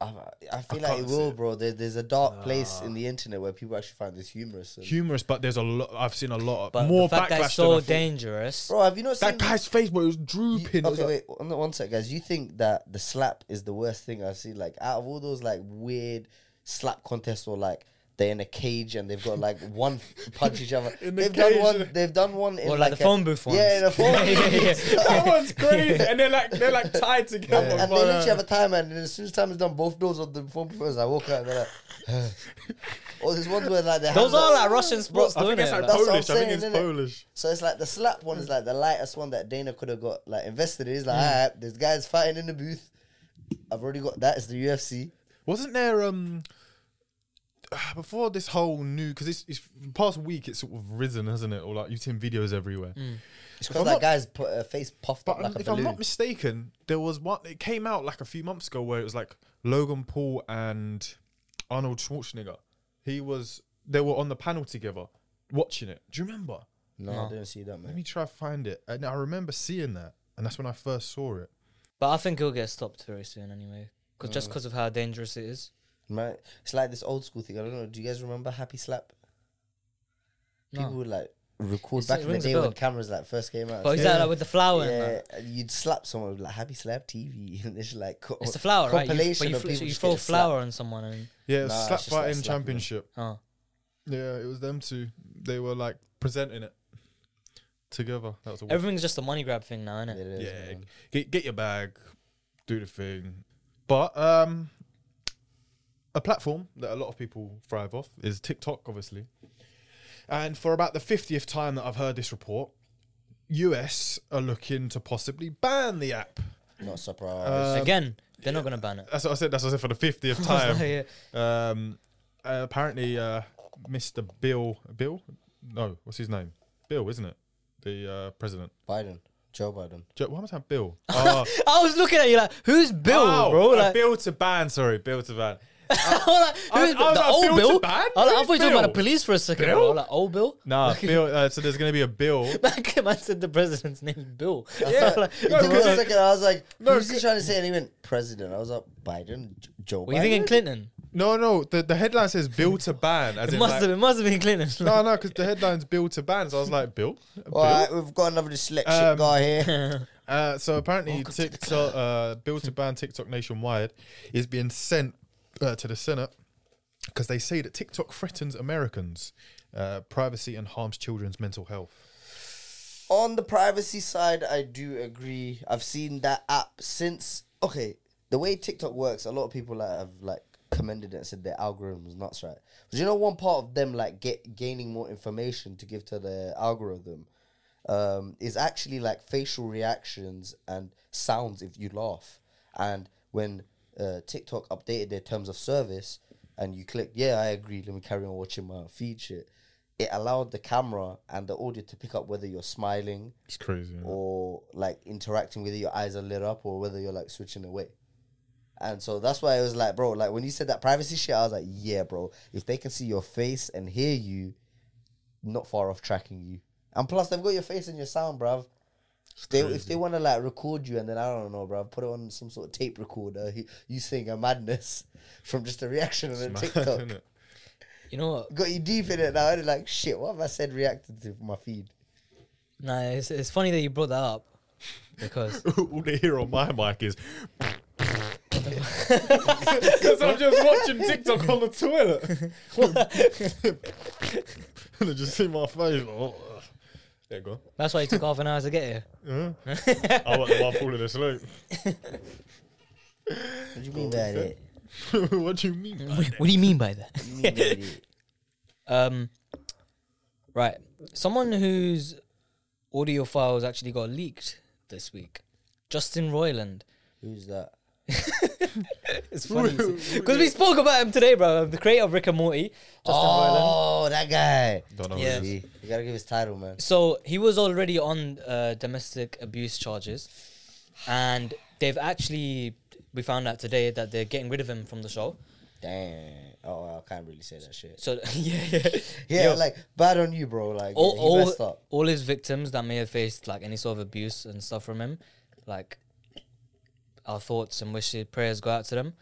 S4: I, I feel like it
S3: can't see
S4: will,
S3: it.
S4: bro. There, there's a dark place in the internet where people actually find this humorous. and-
S3: Humorous, but there's a lot. I've seen a lot of
S2: But
S3: more
S2: the fact
S3: backlash.
S2: that it's so
S3: than I thought. [laughs]
S2: dangerous.
S4: bro, have you not seen
S3: That guy's face, but it was drooping.
S4: You, okay, wait, one, one sec, guys. You think that the slap is the worst thing I've seen? Like, out of all those like weird slap contests or like they're in a cage and they've got like
S3: [laughs]
S4: one punch each other.
S3: In the
S4: they've
S3: cage.
S4: done one. They've done one in
S2: Or like the
S4: a-
S2: phone booth ones.
S4: Yeah, in
S3: [laughs]
S4: a phone.
S2: Yeah, yeah, yeah.
S4: booth.
S3: that one's
S4: [laughs]
S3: crazy. And they're like they're like tied together.
S4: And they
S3: but,
S4: literally
S3: uh,
S4: have a time, and as soon as time is done, both doors of the phone booth. I walk out and they're like, [sighs] or there's ones where like they
S2: Those
S4: have, like-
S2: are like Russian sports,
S3: I
S2: though,
S3: think it's
S2: innit?
S3: like
S2: Like,
S4: That's what I'm
S3: Polish. I think
S4: saying,
S3: it's
S4: innit?
S3: Polish.
S4: So it's like the slap one is like the lightest one that Dana could have got like invested in. He's like,
S2: Mm.
S4: all right, this guy's fighting in the booth. I've already got that. It's the UFC.
S3: Wasn't there um [sighs] before this whole new because it's, it's past week it's sort of risen, hasn't it? Or like you've seen videos everywhere.
S2: Mm.
S4: It's
S3: I'm
S4: because that
S3: not-
S4: guy's put, uh, face puffed
S3: But um,
S4: up like a
S3: if I'm
S4: balloon.
S3: not mistaken, there was one. It came out like a few months ago where it was like Logan Paul and Arnold Schwarzenegger. He was they were on the panel together watching it. Do you remember?
S4: no,
S2: No.
S4: I didn't see that,
S3: Let
S4: man.
S3: me try find it. And I remember seeing that, and that's when I first saw it.
S2: but I think he'll get stopped very soon anyway. Cause, just because of how dangerous it is.
S4: Man, It's like this old school thing. I don't know. Do you guys remember Happy Slap? People
S2: No.
S4: would like record
S2: It's-
S4: back
S2: it
S4: in the
S2: rings a
S4: day when
S2: bell.
S4: cameras like first came out.
S2: But is that like with the flower and that?
S4: yeah, and you'd slap someone with, like Happy Slap TV, [laughs] and it's like co-
S2: It's the flower, right? You, but
S4: compilation
S2: you,
S4: of
S2: fl- so
S4: people
S2: you
S4: just
S2: throw
S4: getting slapped.
S2: flour on someone and
S3: Yeah, it was
S4: Nah, it's
S3: slap
S4: just like
S3: fighting
S4: slapping them.
S3: championship.
S2: oh,
S3: Yeah, it was them two. They were like presenting it together. That was a
S2: everything's just a money grab thing now,
S4: It
S2: isn't it?
S4: is,
S3: yeah,
S4: man.
S3: get get your bag, do the thing. But um, a platform that a lot of people thrive off is TikTok, obviously. And for about the fiftieth time that I've heard this report, US are looking to possibly ban the app. Um,
S4: not surprised.
S3: Uh,
S2: Again, they're not gonna ban it.
S3: That's what I said. That's what I said for the fiftieth
S2: I [laughs] was
S3: time.
S2: like,
S3: Um, uh, apparently, uh, Mr. Bill, Bill, no, what's his name? Bill, isn't it? The uh, president.
S4: Biden, Joe
S3: [laughs]
S4: Biden.
S3: Joe, why am I saying Bill?
S2: [laughs]
S3: Oh,
S2: yeah. I was looking at you like, who's Bill,
S3: Oh,
S2: bro?
S3: uh,
S2: Like,
S3: Bill to ban, sorry, Bill to ban.
S2: [laughs] I'm like, who's
S3: I was
S2: the
S3: like,
S2: old
S3: Bill
S2: Bill?
S3: to ban?
S2: I, was like, I
S3: Who's
S2: thought you were talking about the
S3: Bill?
S2: police for a second.
S3: Bill?
S2: Bro. I was Like, old Bill? [laughs]
S3: Nah, Bill. Uh, so there's gonna be a bill.
S2: Back I said the president's name is Bill.
S4: [laughs] Yeah,
S2: [laughs] like,
S4: no,
S2: the-
S4: for a second, I was like,
S3: no,
S4: who's he
S3: c-
S4: trying to say? And he went, President. I was like, Biden, J- Joe
S2: were you
S4: Biden?
S2: thinking [laughs] Clinton?
S3: No, no. The, the headline says bill to ban. As
S2: It
S3: in,
S2: must
S3: like-
S2: have. It must have been Clinton. [laughs]
S3: No, no, because the headline's bill to ban. So I was like, bill. bill?
S4: All right, we've got another dyslexic
S3: Um, [laughs]
S4: guy here.
S3: Uh, so apparently,
S2: Welcome to the
S3: TikTok uh, bill to ban TikTok nationwide is being sent uh, to the Senate because they say that TikTok threatens Americans' uh, privacy and harms children's mental health.
S4: On the privacy side, I do agree. I've seen that app since. Okay, the way TikTok works, a lot of people like, have like commended it and said their algorithm was nuts, right? But you know, one part of them like get gaining more information to give to their algorithm um, is actually like facial reactions and sounds if you laugh. And when uh, TikTok updated their terms of service, and you click, yeah, I agree. Let me carry on watching my feed shit. It allowed the camera and the audio to pick up whether you're smiling
S3: It's crazy. isn't it?
S2: Oh,
S4: or like interacting whether your eyes are lit up or whether you're like switching away. And so that's why I was like, bro, like when you said that privacy shit, I was like, yeah, bro. If they can see your face and hear you, not far off tracking you. And plus, they've got your face and your sound, bruv. If they, if they want to like record you and then I don't know, bruv, put it on some sort of tape recorder. [laughs] You, you sing a madness [laughs] from just a reaction on a
S3: Mad, [laughs]
S4: TikTok.
S3: [laughs] isn't it?
S2: You know what?
S4: [laughs] Got you deep in it now. And like, shit, what have I said reacted to my feed?
S2: Nah, it's, it's funny that you brought that up because [laughs]
S3: all they hear on my mic is. Because I'm just watching TikTok on the toilet. [laughs] and I just see my face. Oh. Yeah, go
S2: that's why it took half an hour to get here.
S3: on. Yeah. I want the one falling asleep. [laughs]
S4: What do you mean by that?
S3: what do you mean? by
S2: What do you mean by that?
S4: What do you mean
S3: [laughs]
S4: by that?
S2: Um, right. Someone whose audio files actually got leaked this week, Justin Roiland.
S4: Who's that?
S2: It's funny because we spoke about him today, bro. The creator of Rick and Morty, Justin Roiland.
S4: oh, that guy.
S3: Don't know who
S2: Yeah.
S3: it is.
S4: See, you gotta give his title, man.
S2: So he was already on uh, domestic abuse charges, and they've actually we found out today that they're getting rid of him from the show.
S4: Damn. Oh, I can't really say that shit.
S2: So [laughs] yeah, yeah,
S4: Yeah,
S2: Yo, Oh,
S4: like bad on you, bro. Like
S2: all
S4: yeah, he messed
S2: all,
S4: up.
S2: all his victims that may have faced like any sort of abuse and stuff from him, like our thoughts and wishes, prayers go out to them.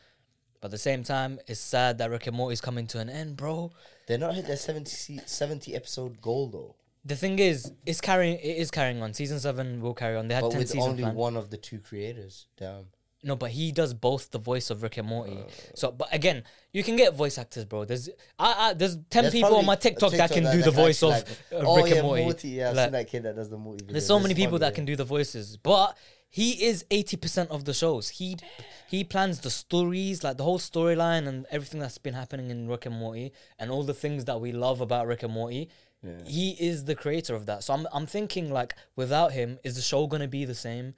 S2: But at the same time, it's sad that Rick and Morty's coming to an end, bro.
S4: They're not hit their 70, se- 70 episode goal though,
S2: The thing is, it's carrying. It is carrying on. Season seven will carry on. They had
S4: but
S2: ten
S4: with
S2: seasons.
S4: only one of the two creators. Damn.
S2: No, but he does both the voice of Rick and Morty.
S4: Uh,
S2: so, but again, you can get voice actors, bro. There's I, I there's ten
S4: There's
S2: people on
S4: probably
S2: my
S4: a
S2: TikTok, that can do the
S4: actually
S2: voice of
S4: like,
S2: uh,
S4: oh,
S2: Rick
S4: yeah,
S2: and Morty.
S4: Yeah, I've
S2: Like,
S4: seen that kid that does the Morty.
S2: there's so many people that can do the voices, but he is eighty percent of the shows. He he plans the stories, like the whole storyline and everything that's been happening in Rick and Morty, and all the things that we love about Rick and Morty. He is the creator of that. So I'm I'm thinking like without him, is the show gonna be the same?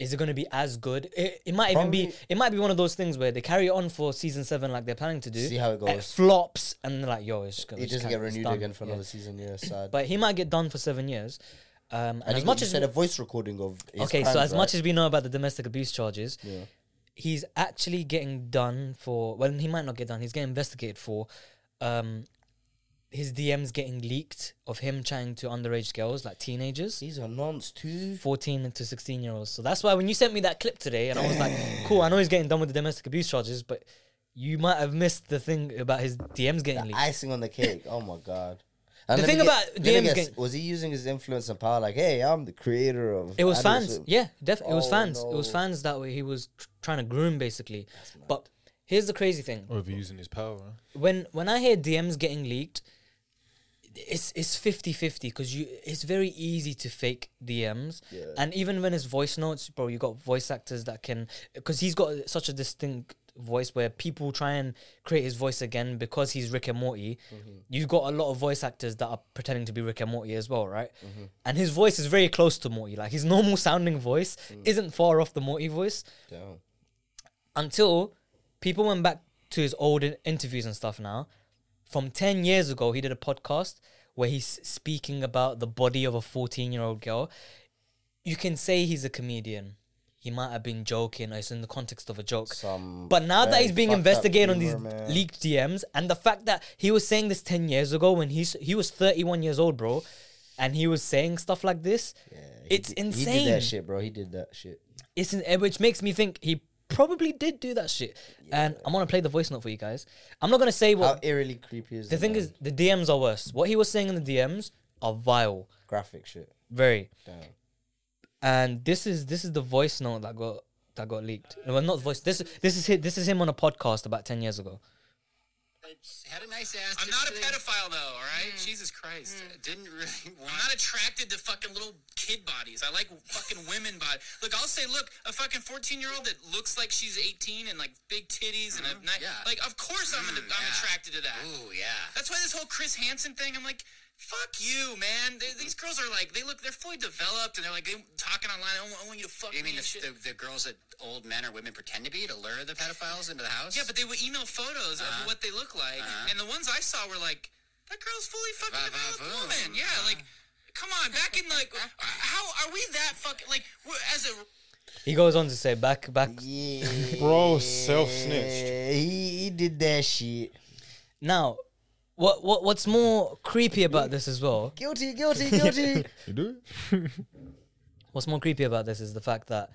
S2: Is it gonna be as good? It, it might even be
S4: Hmm. Probably-
S2: it might be one of those things where they carry on for season seven like they're planning to do.
S4: See how it
S2: It
S4: goes.
S2: flops and they're like, yo, it's gonna
S4: He
S2: it's
S4: doesn't
S2: can't-
S4: get
S2: it's
S4: renewed
S2: done.
S4: again for
S2: Yeah.
S4: another season. Yeah, sad.
S2: But he might get done for seven years. Um, and
S4: And
S2: as much as
S4: said, a voice recording of his
S2: okay, so
S4: crimes,
S2: as much
S4: right?
S2: as we know about the domestic abuse charges,
S4: Yeah.
S2: he's actually getting done for. Well, he might not get done. He's getting investigated for. Um, his DMs getting leaked of him chatting to underage girls, like teenagers,
S4: these are nonce too.
S2: fourteen to sixteen year olds. So that's why when you sent me that clip today, and I was
S4: [laughs]
S2: like, cool, I know he's getting done with the domestic abuse charges, but you might have missed the thing about his DMs getting leaked.
S4: Icing on the cake. Oh my god.
S2: [laughs]
S4: And
S2: The
S4: let me
S2: thing
S4: get-
S2: about
S4: let me
S2: DMs
S4: guess,
S2: getting-
S4: was he using his influence and power? Like, hey, I'm the creator of.
S2: It was
S4: Adult
S2: fans.
S4: Swim."
S2: Yeah, definitely. it was
S4: Oh,
S2: fans. It was
S4: no.
S2: fans that he was tr- trying to groom, basically. But here's the crazy thing:
S3: Overusing his power. huh?
S2: when when I hear DMs getting leaked, it's it's 50-50 because you it's very easy to fake DMs,
S4: Yeah.
S2: and even when it's voice notes, bro, you got voice actors that can because he's got such a distinct voice where people try and create his voice again because he's Rick and Morty. You've got a lot of voice actors that are pretending to be Rick and Morty as well, right? And his voice is very close to Morty. Like his normal sounding voice isn't far off the Morty voice
S4: Damn.
S2: until people went back to his old in- interviews and stuff now. From 10 years ago, he did a podcast where he's speaking about the body of a 14 year old girl. You can say he's a comedian. He might have been joking, or it's in the context of a joke.
S4: Some
S2: but now that
S4: very
S2: he's being
S4: fucked up
S2: investigated on these
S4: humor, man.
S2: leaked DMs, and the fact that he was saying this 10 years ago when he's, he was 31 years old, bro, and he was saying stuff like this,
S4: he
S2: it's
S4: did-
S2: insane
S4: He did that shit, bro. He did that shit.
S2: it's in, eh, which makes me think he probably did do that shit. And I'm gonna play the voice note for you guys. I'm not gonna say
S4: How
S2: what
S4: eerily creepy is
S2: the
S4: that,
S2: thing
S4: man?
S2: is. The DMs are worse. What he was saying in the DMs are vile,
S4: graphic shit.
S2: very. [laughs]
S4: Damn.
S2: And this is this is the voice note that got that got leaked. Well, not the voice. This this is hi- this is him on a podcast about ten years ago.
S5: had a nice ass.
S6: I'm
S5: just
S6: not a
S5: today.
S6: pedophile though, all right? Jesus Christ. I didn't really want Mm. I'm not attracted to fucking little kid bodies. I like fucking women bodies. Look, I'll say, look, a fucking 14-year-old that looks like she's 18 and like big titties and a ni-
S5: Yeah.
S6: like of course I'm into- I'm
S5: yeah.
S6: attracted to that.
S5: Ooh, yeah.
S6: That's why this whole Chris Hansen thing, I'm like, fuck you, man. They, these girls are like, they look, they're fully developed, and they're like, they talking online. I want, I want you to fuck
S5: You
S6: me.
S5: mean
S6: and shit.
S5: the, the, the girls that old men or women pretend to be to lure the pedophiles into the house? Uh-huh.
S6: yeah, but they would email photos of what they look like, and the ones I saw were like, that girl's fully fucking
S5: Va- va-
S6: developed
S5: boom. Uh-huh.
S6: woman. Yeah, like, come on, back
S5: [laughs]
S6: in like, how are we that fucking like we're, as a
S2: He goes on to say back back
S4: Yeah.
S3: Bro, self-snitched.
S4: He, he did that shit.
S2: now. What what what's more creepy about this as well? [laughs]
S4: Guilty, guilty, guilty.
S3: You do?
S2: what's more creepy about this is the fact that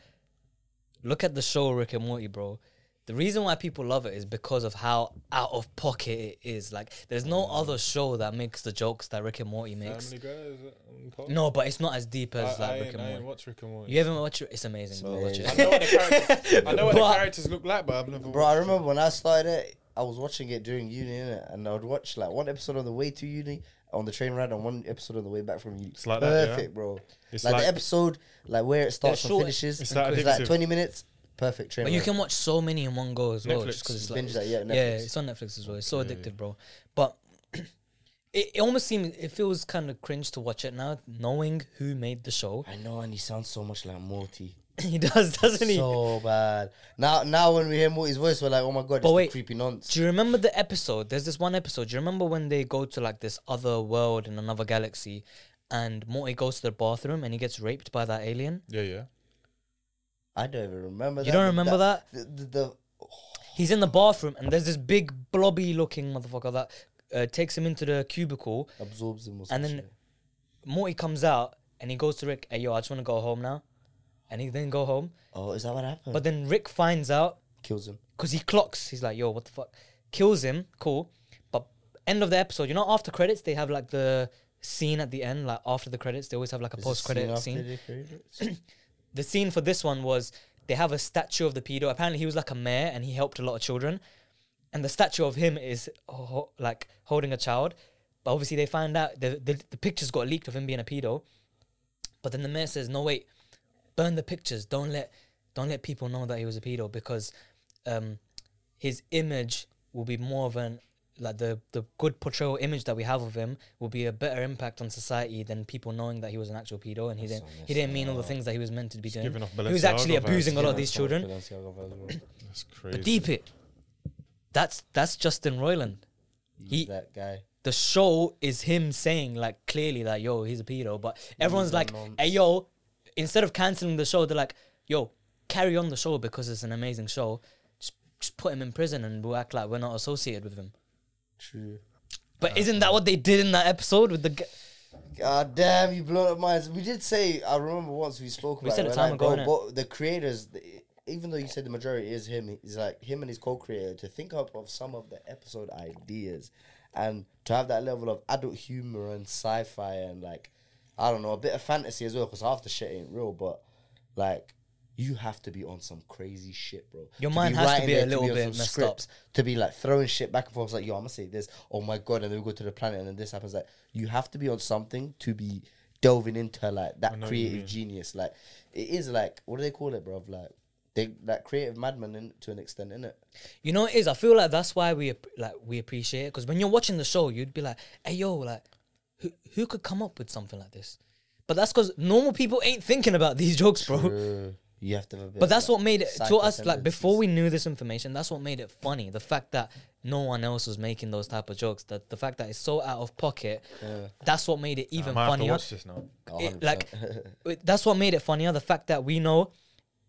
S2: look at the show Rick and Morty, bro. The reason why people love it is because of how out of pocket it is. Like, there's no other show that makes the jokes that Rick and Morty makes.
S3: um,
S2: No, but it's not as deep as like Rick and Morty.
S3: watch Rick and Morty.
S2: You haven't watched it? It's amazing. bro. Watch
S4: amazing.
S2: it.
S3: I know what the characters, I know
S2: [laughs]
S3: what
S2: But-
S3: the characters look like, but I've never.
S4: Bro, I remember when I started it, I was watching it during uni, innit? and I would watch like one episode on the way to uni on the train ride and one episode on the way back from uni.
S3: It's like that, yeah.
S4: perfect, bro.
S3: It's
S4: like,
S3: like-
S4: the episode, like where it starts and
S2: short.
S4: finishes.
S3: It's
S4: It's
S3: that
S4: like,
S3: addictive.
S4: twenty minutes. Perfect train.
S2: But you
S4: ride.
S2: can watch so many in one go as well, just
S3: Netflix.
S2: 'cause it's like
S4: binge that, yeah. Netflix.
S2: Yeah, it's on Netflix as well. It's so addictive, bro. But [clears throat] it, it almost seems it feels kind of cringe to watch it now, knowing who made the show.
S4: I know, and he sounds so much like Morty.
S2: [laughs] he does, doesn't he?
S4: So bad. Now, now when we hear Morty's voice, we're like, oh my god, it's
S2: wait.
S4: the creepy nonce.
S2: Do you remember the episode? There's this one episode. Do you remember when they go to like this other world in another galaxy, and Morty goes to the bathroom and he gets raped by that alien?
S3: Yeah, yeah.
S4: I don't even remember.
S2: You
S4: that,
S2: don't
S4: but
S2: remember
S4: The, the, the
S2: He's in the bathroom and there's this big blobby looking motherfucker that uh, takes him into the cubicle,
S4: absorbs him, or some
S2: and then
S4: shit.
S2: Morty comes out and he goes to Rick. Hey yo, I just want to go home now, and he then go home.
S4: oh, is that what happened?
S2: But then Rick finds out
S4: kills him.
S2: because he clocks. He's like, yo, what the fuck? Kills him. Cool. But end of the episode, you know, after credits, they have like the scene at the end, like after the credits, they always have like a
S4: Is this
S2: post credit
S4: after
S2: scene.
S4: the credits?
S2: The scene for this one was They have a statue of the pedo. Apparently, he was like a mayor and he helped a lot of children. And the statue of him is ho- like holding a child. But obviously, they find out the, the the pictures got leaked of him being a pedo. But then the mayor says, "No, wait, burn the pictures. Don't let don't let people know that he was a pedo because um, his image will be more of an like the the good portrayal image that we have of him will be a better impact on society than people knowing that he was an actual pedo and he didn't he didn't mean all the things that he was meant to be doing.
S3: giving off
S2: He was
S3: Balenciaga
S2: actually
S3: vibes.
S2: abusing a lot of these children.
S3: That's crazy.
S2: But deep it. That's that's Justin Roiland. He
S4: that guy.
S2: the show is him saying like clearly that yo he's a pedo, but everyone's like, hey yo, instead of canceling the show, they're like, yo, carry on the show because it's an amazing show. Just, just put him in prison and we'll act like we're not associated with him.
S4: True.
S2: But isn't that what they did in that episode with the? G-
S4: God damn, you blew up my. We did say. I remember once we spoke
S2: We
S4: about.
S2: said
S4: it,
S2: a
S4: we're
S2: time
S4: like,
S2: ago,
S4: bro,
S2: innit?
S4: but the creators, the- even though you said the majority is him, he's like him and his co-creator to think up of some of the episode ideas, and to have that level of adult humor and sci-fi and like, I don't know, a bit of fantasy as well, because half the shit ain't real, but like. You have to be on some crazy shit, bro.
S2: Your
S4: To
S2: mind has to
S4: writing
S2: be a
S4: it,
S2: little
S4: on
S2: bit
S4: some
S2: messed up.
S4: to be like throwing shit back and forth. It's like, yo, I'm gonna say this. Oh my god, and then we go to the planet, and then this happens. Like, you have to be on something to be delving into like that
S3: know what you
S4: creative
S3: mean.
S4: genius. Like, it is like what do they call it, bro? Like, they like creative madman in, to an extent, innit?
S2: You know, it is. I feel like that's why we app- like we appreciate it because when you're watching the show, you'd be like, "Hey, yo, like, who who could come up with something like this?" But that's because normal people ain't thinking about these jokes, bro.
S4: Uh, you have to. Have a bit
S2: But
S4: of,
S2: that's
S4: like,
S2: what made it to
S4: psycho
S2: us like before
S4: tendencies.
S2: we knew this information. That's what made it funny. The fact that no one else was making those type of jokes. That the fact that it's so out of pocket. That's what made it
S3: I
S2: even
S3: might have to
S2: funnier.
S3: watch this now.
S2: It, like
S4: [laughs]
S2: it- that's what made it funnier. The fact that we know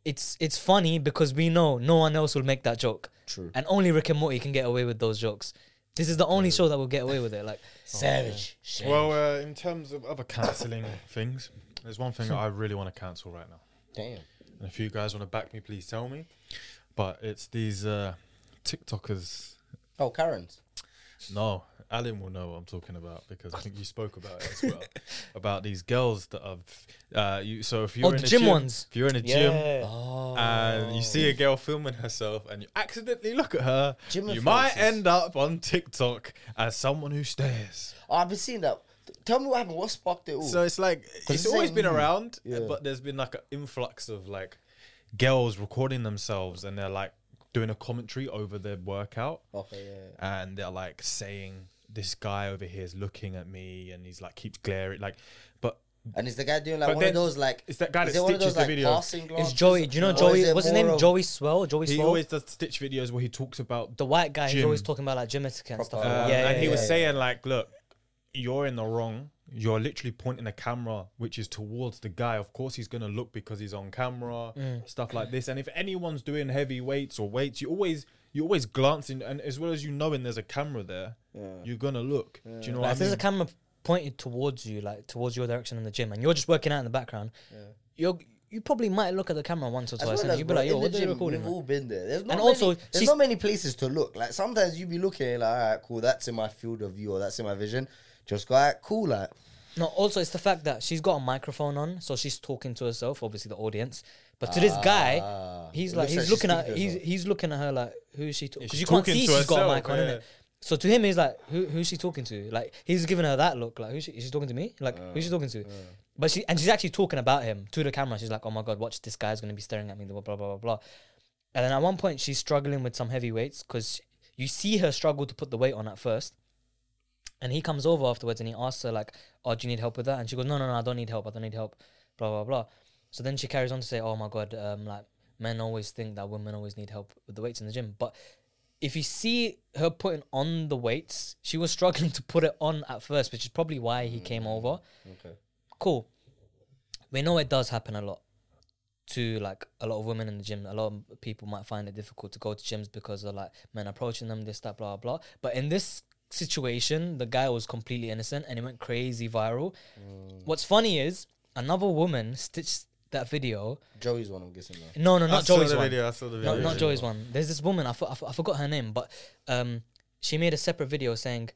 S2: it's it's funny because we know no one else will make that joke.
S4: True.
S2: And only Rick and Morty can get away with those jokes. This is the only show that will get away with it.
S4: [laughs]
S2: Like
S4: savage. Oh, shit.
S3: Well, uh, in terms of other [coughs] cancelling things, there's one thing that I really want to cancel right now.
S4: Damn.
S3: And if you guys want to back me, please tell me. But it's these uh, TikTokers.
S4: Oh, Karen's.
S3: No, Alan will know what I'm talking about because I think you spoke about it as [laughs] well. about these girls that have. Uh, you, so if you're
S2: the
S3: in a
S2: gym ones.
S3: if you're in a gym
S4: Oh,
S3: and you see a girl filming herself and you accidentally look at her,
S4: Gym
S3: you might
S4: influencers.
S3: end up on TikTok as someone who stares.
S4: Oh, I've been seeing that. Tell me what happened. What sparked it all?
S3: So it's like it's
S4: it's
S3: always
S4: like,
S3: been
S4: mm,
S3: around, uh,
S4: yeah.
S3: but there's been like an influx of like girls recording themselves and they're like doing a commentary over their workout
S4: okay, yeah.
S3: and they're like saying this guy over here is looking at me and he's like keeps glaring like but
S4: And is the guy doing like
S3: But
S4: one
S3: then
S4: of those like?
S3: it's that guy
S4: is
S3: that
S4: it one of
S3: stitches
S4: those
S3: the
S4: like
S3: video.
S4: passing
S2: it's
S4: glances?
S2: Joey. Do you know
S4: Or is
S2: Joey?
S4: it
S2: What's his
S4: more
S2: name?
S4: of-
S2: Joey Swell. Joey
S3: he
S2: Swell.
S3: always does stitch videos where he talks about
S2: the white guy who's
S3: Jim.
S2: always talking about like gym etiquette and stuff.
S4: Proper
S2: like that.
S3: Um,
S2: yeah, yeah,
S3: and he
S2: yeah,
S3: was
S2: yeah.
S3: saying like, look, you're in the wrong. You're literally pointing a camera which is towards the guy. Of course, he's gonna look because he's on camera,
S2: Mm.
S3: stuff like this. And if anyone's doing heavy weights or weights, you always you always glancing, and as well as you knowing there's a camera there, you're gonna look. Do you know what
S2: Like, if
S3: I
S2: there's
S3: mean?
S2: a camera pointed towards you, like towards your direction in the gym, and you're just working out in the background, you're you probably might look at the camera once or
S4: As
S2: twice,
S4: well
S2: and
S4: as,
S2: you'd be
S4: bro,
S2: like, "Yo,
S4: in
S2: what
S4: the
S2: are you
S4: gym,
S2: recording?"
S4: We've
S2: man?"
S4: all been there. There's not
S2: And
S4: many,
S2: also,
S4: there's
S2: she's-
S4: not many places to look. Like sometimes you be looking you're like, all right, cool, that's in my field of view or that's in my vision. Just go, all right, cool, like
S2: No, also it's the fact that she's got a microphone on, so she's talking to herself, obviously the audience. But to this guy, he's
S4: Ah, It
S2: like
S4: looks like
S2: he's
S4: she's
S2: looking at
S4: speaking to
S2: he's
S4: herself.
S2: he's looking at her like who is she because
S3: she's
S2: you can't
S3: talking
S2: see she's
S3: to
S2: got a
S3: herself,
S2: mic on
S3: yeah.
S2: it. So to him, he's like, who who's she talking to? Like he's giving her that look, like who's she, is she talking to me? Like who's
S4: Uh,
S2: she talking to? But she and she's actually talking about him to the camera. She's like, oh my god, watch this guy's gonna be staring at me, blah blah blah blah blah. And then at one point, she's struggling with some heavy weights because you see her struggle to put the weight on at first. And he comes over afterwards and he asks her, like, oh, do you need help with that? And she goes, no, no, no, I don't need help. I don't need help. Blah, blah, blah. So then she carries on to say, oh my God, um, like, men always think that women always need help with the weights in the gym. But if you see her putting on the weights, she was struggling to put it on at first, which is probably why he came over.
S4: Okay.
S2: Cool. We know it does happen a lot to like a lot of women in the gym. A lot of people might find it difficult to go to gyms because of like men approaching them, this, that, blah, blah. blah. But in this situation, the guy was completely innocent and it went crazy viral. What's funny is another woman stitched that video.
S4: Joey's one I'm guessing now.
S2: No, no,
S3: I
S2: not
S3: saw
S2: Joey's
S3: the
S2: one.
S3: video, I saw the
S2: No,
S3: video.
S2: not Joey's one. There's this woman. I, fo- I, fo- I forgot her name, but um, she made a separate video saying,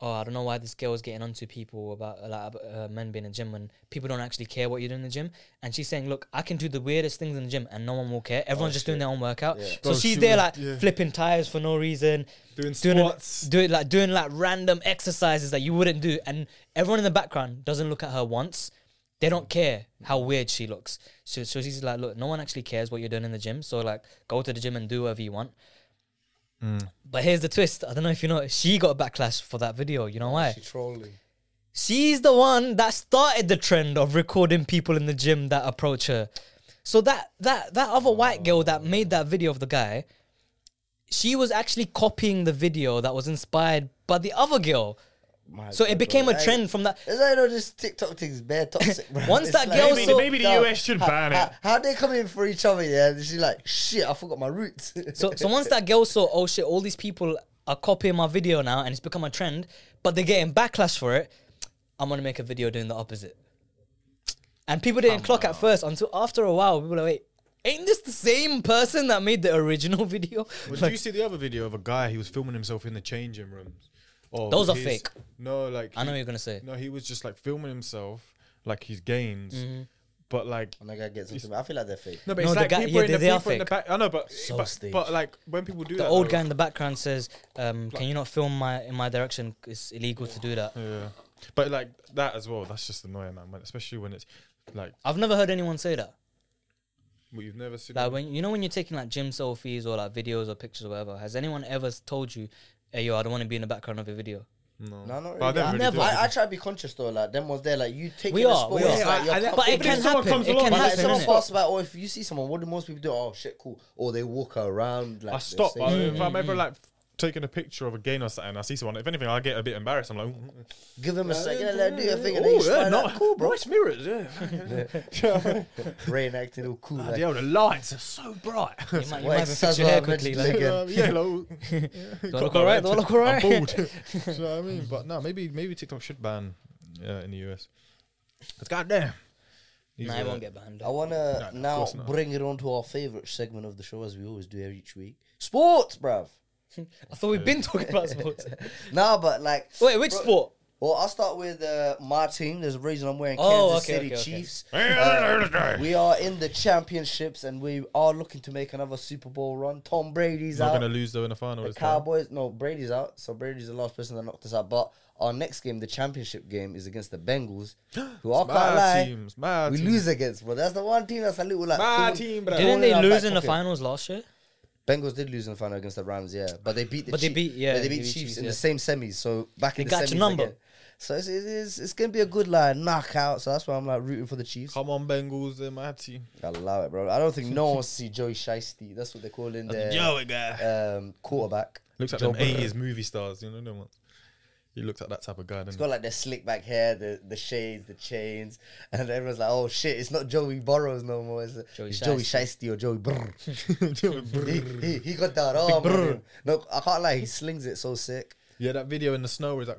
S2: oh, I don't know why this girl's getting onto people about uh, like, uh, men being in the gym when people don't actually care what you do in the gym. And she's saying, look, I can do the weirdest things in the gym and no one will care. Everyone's just doing their own workout. So
S3: Bro,
S2: she's
S3: she
S2: there
S3: was-
S2: like
S3: yeah.
S2: flipping tires for no reason,
S3: Doing
S2: an-
S3: squats.
S2: doing like doing like random exercises that you wouldn't do, and everyone in the background doesn't look at her once. They don't care how weird she looks. So, so she's like, look, no one actually cares what you're doing in the gym. So like, go to the gym and do whatever you want.
S3: Mm.
S2: But here's the twist. I don't know if you know. She got backlash for that video. You know why?
S4: She trolling.
S2: She's the one that started the trend of recording people in the gym that approach her. So that that that other white girl that made that video of the guy, she was actually copying the video that was inspired by the other girl.
S4: My
S2: So it
S4: God,
S2: became a
S4: bro.
S2: trend from that.
S4: That's how I know this TikTok thing's
S2: [laughs]
S4: bare toxic, bro.
S2: Once
S4: It's
S2: that girl Maybe- saw-
S7: maybe the
S4: Nah,
S7: US should
S4: how-
S7: ban it.
S4: how- How they come in for each other, yeah? And she's like, shit, I forgot my roots. [laughs]
S2: So so once that girl saw, oh shit, all these people are copying my video now, and it's become a trend, but they're getting backlash for it. I'm gonna make a video doing the opposite. And people didn't clock at first until after a while. People were like, wait, ain't this the same person that made the original [laughs] video?
S3: Well,
S2: Like-
S3: did you see the other video of a guy who was filming himself in the changing rooms? Oh,
S2: Those are
S3: he's-
S2: fake.
S3: No, like
S2: I know
S3: he-
S2: what you're gonna say.
S3: No, he was just like filming himself, like his gains,
S2: Mm-hmm.
S3: but like.
S4: And that guy gets into I feel like they're fake.
S3: No, but
S2: No,
S3: it's
S2: the
S3: like
S2: guy-
S3: people,
S2: yeah,
S3: in,
S2: they-
S3: the,
S2: they are
S3: people in the
S2: fake.
S3: back. I know, but
S4: So
S3: but,
S4: staged.
S3: but like when people do
S2: The
S3: that,
S2: old
S3: though-
S2: guy in the background says, um, "Can you not film my in my direction? It's illegal to do that."
S3: Yeah, but like that as well. That's just annoying, man. When, especially when it's like
S2: I've never heard anyone say that.
S3: what you've never seen.
S2: Like when you know when you're taking like gym selfies or like videos or pictures or whatever, has anyone ever told you, "Hey, yo, I don't want to be in the background of your video"?
S3: no,
S4: No, not
S3: But I
S4: really.
S3: don't
S4: I,
S3: really
S4: never.
S3: do it.
S4: I, I try to be conscious though. Like them ones there, like you take
S2: We
S4: in the
S2: are,
S4: sport.
S2: we
S4: it's
S2: are.
S4: like, you're
S3: I- I-
S4: comfortable.
S2: But it
S3: Even if
S2: can
S3: someone
S2: happen.
S3: comes
S2: It
S3: along,
S2: can
S4: But like,
S2: happen.
S4: if someone
S2: innit?
S4: passes by, or if you see someone, what do most people do? Oh shit, cool. Or they walk around. Like
S3: I
S4: they
S3: stop.
S4: say-
S3: I, if I'm
S4: Mm-hmm.
S3: ever like taking a picture of a gain or something, I see someone. If anything, I get a bit embarrassed. I'm like, "Mm,
S4: Give them a second. Let them do your thing, and then you
S3: oh yeah,
S4: slide
S3: no,
S4: out. Cool, bro.
S3: nice mirrors. Yeah,
S4: [laughs]
S3: [laughs]
S4: Rain acting all cool. Like,
S3: yeah, the lights are so bright.
S4: [laughs]
S2: You might, you
S4: What
S2: might have fixed your
S4: exercise
S2: hair
S4: I
S2: quickly.
S4: mentioned
S2: Like,
S4: again?
S3: Um, yeah, like,
S2: do I look alright? Do I look alright?
S3: I'm bored. Do
S4: [laughs]
S3: [laughs] you know what I mean? But no, maybe maybe TikTok should ban uh, in the US. It's goddamn.
S2: [laughs] Nah, I won't get banned.
S4: I wanna
S3: No, no, of
S4: now
S3: course not.
S4: bring it on to our favorite segment of the show, as we always do each week. Sports, bruv.
S2: I thought we've been talking about [laughs] sports.
S4: Nah, but like,
S2: Wait, which
S4: Bro-
S2: sport?
S4: Well, I'll start with uh, my team. There's a reason I'm wearing
S2: Oh,
S4: Kansas
S2: okay,
S4: City
S2: okay, okay.
S4: Chiefs. Uh, we are in the championships and we are looking to make another Super Bowl run. Tom Brady's
S3: Not
S4: out.
S3: gonna lose though in the final.
S4: The
S3: this time.
S4: Cowboys, no, Brady's out. So Brady's the last person that knocked us out. But our next game, the championship game, is against
S3: [gasps]
S4: the Bengals, who I can't
S3: My
S4: lie,
S3: teams, my
S4: we
S3: teams.
S4: lose against. But that's the one team that's a little like
S3: My
S4: thorn-
S3: team, bruv.
S4: thorn
S2: Didn't they
S4: our
S2: lose
S4: back
S2: in the
S4: pocket.
S2: finals last year?
S4: Bengals did lose in the final against the Rams, yeah, but they beat the
S2: But they
S4: Chief-
S2: beat- yeah,
S4: but they beat Chiefs in
S2: yeah.
S4: the same semis. So back in
S2: They
S4: the
S2: got
S4: semis
S2: your number.
S4: again. So it's, it's, it's, it's gonna be a good like knockout. So that's why I'm like rooting for the Chiefs.
S3: Come on, Bengals, they're my team.
S4: I love it, bro. I don't think no one wants to see Joey Shiesty. That's what they're calling the
S3: guy.
S4: um, quarterback.
S3: Looks like
S4: Joe
S3: them
S4: Burrow.
S3: eighties movie stars, you know them ones. He looked like that type of guy.
S4: He's
S3: Didn't
S4: got like the slick back hair, the, the shades, the chains, and everyone's like, "Oh shit, it's not Joey Burrows no more. It's,
S2: Joey
S4: Joey, it's Joey Shiesty or Joey Brr." he, he, he got that arm. on him. No, I can't lie. He slings it so sick.
S3: he? Yeah, that video in the snow was like.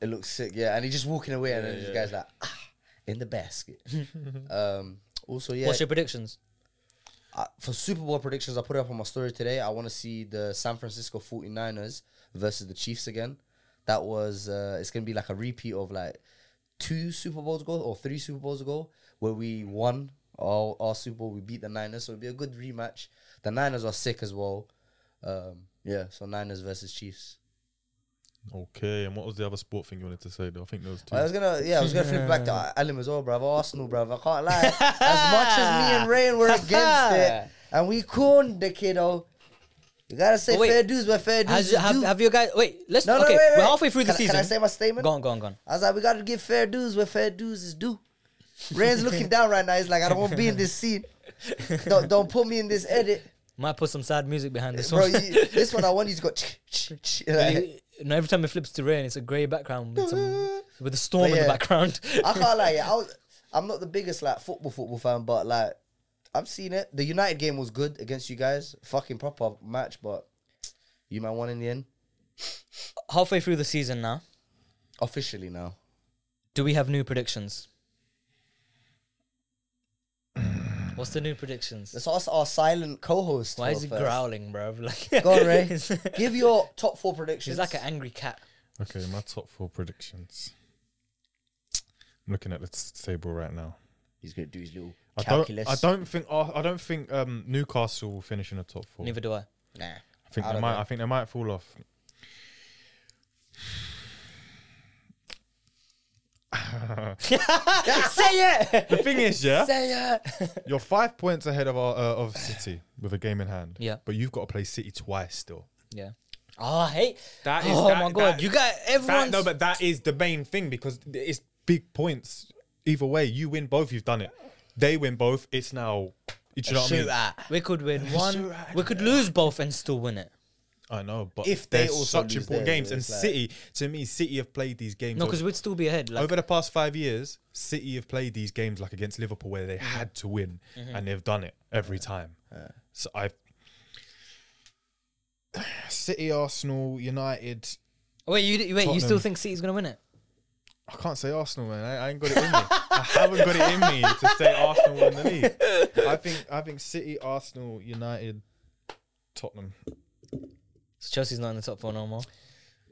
S4: It looks sick, yeah. And he's just walking away, and then this
S3: yeah.
S4: guy's like, ah, in the basket. um, also, yeah,
S2: What's your predictions?
S4: I- for Super Bowl predictions, I put it up on my story today. I want to see the San Francisco 49ers versus the Chiefs again. That was, uh, it's going to be like a repeat of like two Super Bowls ago or three Super Bowls ago where we won our, our Super Bowl. We beat the Niners, so it'll be a good rematch. The Niners are sick as well. Um, yeah, so Niners versus Chiefs.
S3: Okay, and what was the other sport thing you wanted to say? Though I think there was two.
S4: I was gonna, yeah, I was gonna flip back to Alim as well, bruv. Arsenal, bruv. I can't lie. As much as me and
S2: [laughs]
S4: Rain were against it, and we corned the kiddo. You gotta say
S2: But wait,
S4: fair dues where fair dues
S2: Has,
S4: is
S2: have,
S4: due.
S2: have you guys? Wait, let's.
S4: no, no,
S2: okay,
S4: wait, wait.
S2: we're halfway through the
S4: Can I-
S2: season.
S4: Can I say my statement?
S2: Go on, go on, go on.
S4: I was like, we gotta give fair dues where fair dues is due. Rain's looking down right now. He's like, I don't want to be in this scene. Don't, don't put me in this
S2: [laughs]
S4: edit,
S2: Might put some sad music behind this
S4: bro.
S2: one. [laughs]
S4: You, this one I want you to go. like-
S2: no, every time it flips to rain, it's a grey background with, some, with a storm in the
S4: yeah.
S2: background. [laughs]
S4: I can't lie. yeah, I was, I'm not the biggest like football football fan, but like I've seen it. The United game was good against you guys. Fucking proper match, but you man won in the end.
S2: Halfway through the season now,
S4: Officially now.
S2: do we have new predictions? What's the new predictions?
S4: Let's ask our silent co-host.
S2: Why
S4: for
S2: is he
S4: first.
S2: growling, bro? [laughs] Like,
S4: Go on, Ray.
S2: he's
S4: Give your top four predictions.
S2: like an angry cat.
S3: Okay, my top four predictions. I'm looking at the s- table right now.
S4: He's gonna do his little
S3: I don't.
S4: calculus.
S3: I don't think. Ar- I don't think um, Newcastle will finish in the top four.
S2: Neither do I.
S4: Nah.
S3: I think
S4: I
S3: they
S4: don't
S3: might.
S4: know.
S3: I think they might fall off.
S2: Say it.
S3: The thing is,
S4: [laughs]
S3: yeah,
S2: Say it.
S3: you're five points ahead of our, uh, of City with a game in hand.
S2: Yeah.
S3: but you've got to play City twice still.
S2: yeah. Oh, I hate.
S3: That is-
S2: oh
S3: that-
S2: my god!
S3: that-
S2: you got everyone.
S3: That, no, but that is the main thing because it's big points. Either way, you win both. You've done it. They win both. It's now. You know what I mean?
S4: Shootout.
S2: we could win one. We could lose both and still win it.
S3: I know, but
S4: If
S3: if
S4: they
S3: they're
S4: also
S3: such
S4: lose
S3: important
S4: theirs,
S3: games, and
S4: it's like-
S3: City, to me, City have played these games.
S2: No,
S3: over-
S2: because we'd still be ahead. Like,
S3: over the past five years, City have played these games like against Liverpool where they had to win and they've done it every time. So I [sighs] City, Arsenal, United.
S2: wait, you wait. You still
S3: Tottenham.
S2: think City's gonna win it?
S3: I can't say Arsenal, man. I, I ain't got it in me. I haven't got it in me to say Arsenal win the league. I think I think City, Arsenal, United, Tottenham.
S2: So Chelsea's not in the top four no more.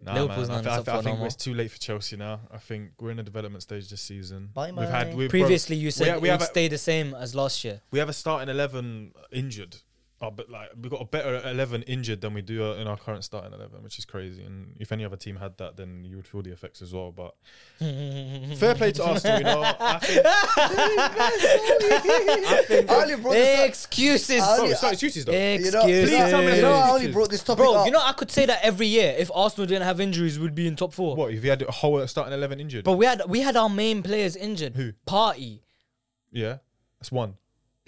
S3: Nah,
S2: Liverpool's
S3: man.
S2: not
S3: I, thi-
S2: in the
S3: I, thi- I
S2: top four no
S3: think
S2: more.
S3: it's too late for Chelsea now. I think we're in the development stage this season.
S4: Bye,
S3: We've had
S4: bye.
S3: we've, bro,
S2: Previously, you said
S3: ha-
S2: we it would
S3: a-
S2: stay the same as last year.
S3: we have a starting eleven injured. Oh, but like we got a better eleven injured than we do uh, in our current starting eleven, which is crazy. And if any other team had that, then you would feel the effects as well.
S2: [laughs]
S3: But fair play to Arsenal, you know. I think,
S4: [laughs] I only brought this up.
S2: Excuses.
S4: I
S3: oh,
S4: only-
S3: it's not excuses though.
S4: You know,
S2: Excuses.
S4: please tell me, no, I only
S3: Excuses.
S4: brought this topic
S2: Bro,
S4: up.
S2: you know I could say that every year. If Arsenal didn't have injuries, we'd be in top four.
S3: What if you had a whole starting eleven injured?
S2: But we had we had our main players injured.
S3: Who?
S2: Party. [laughs]
S3: yeah, that's one.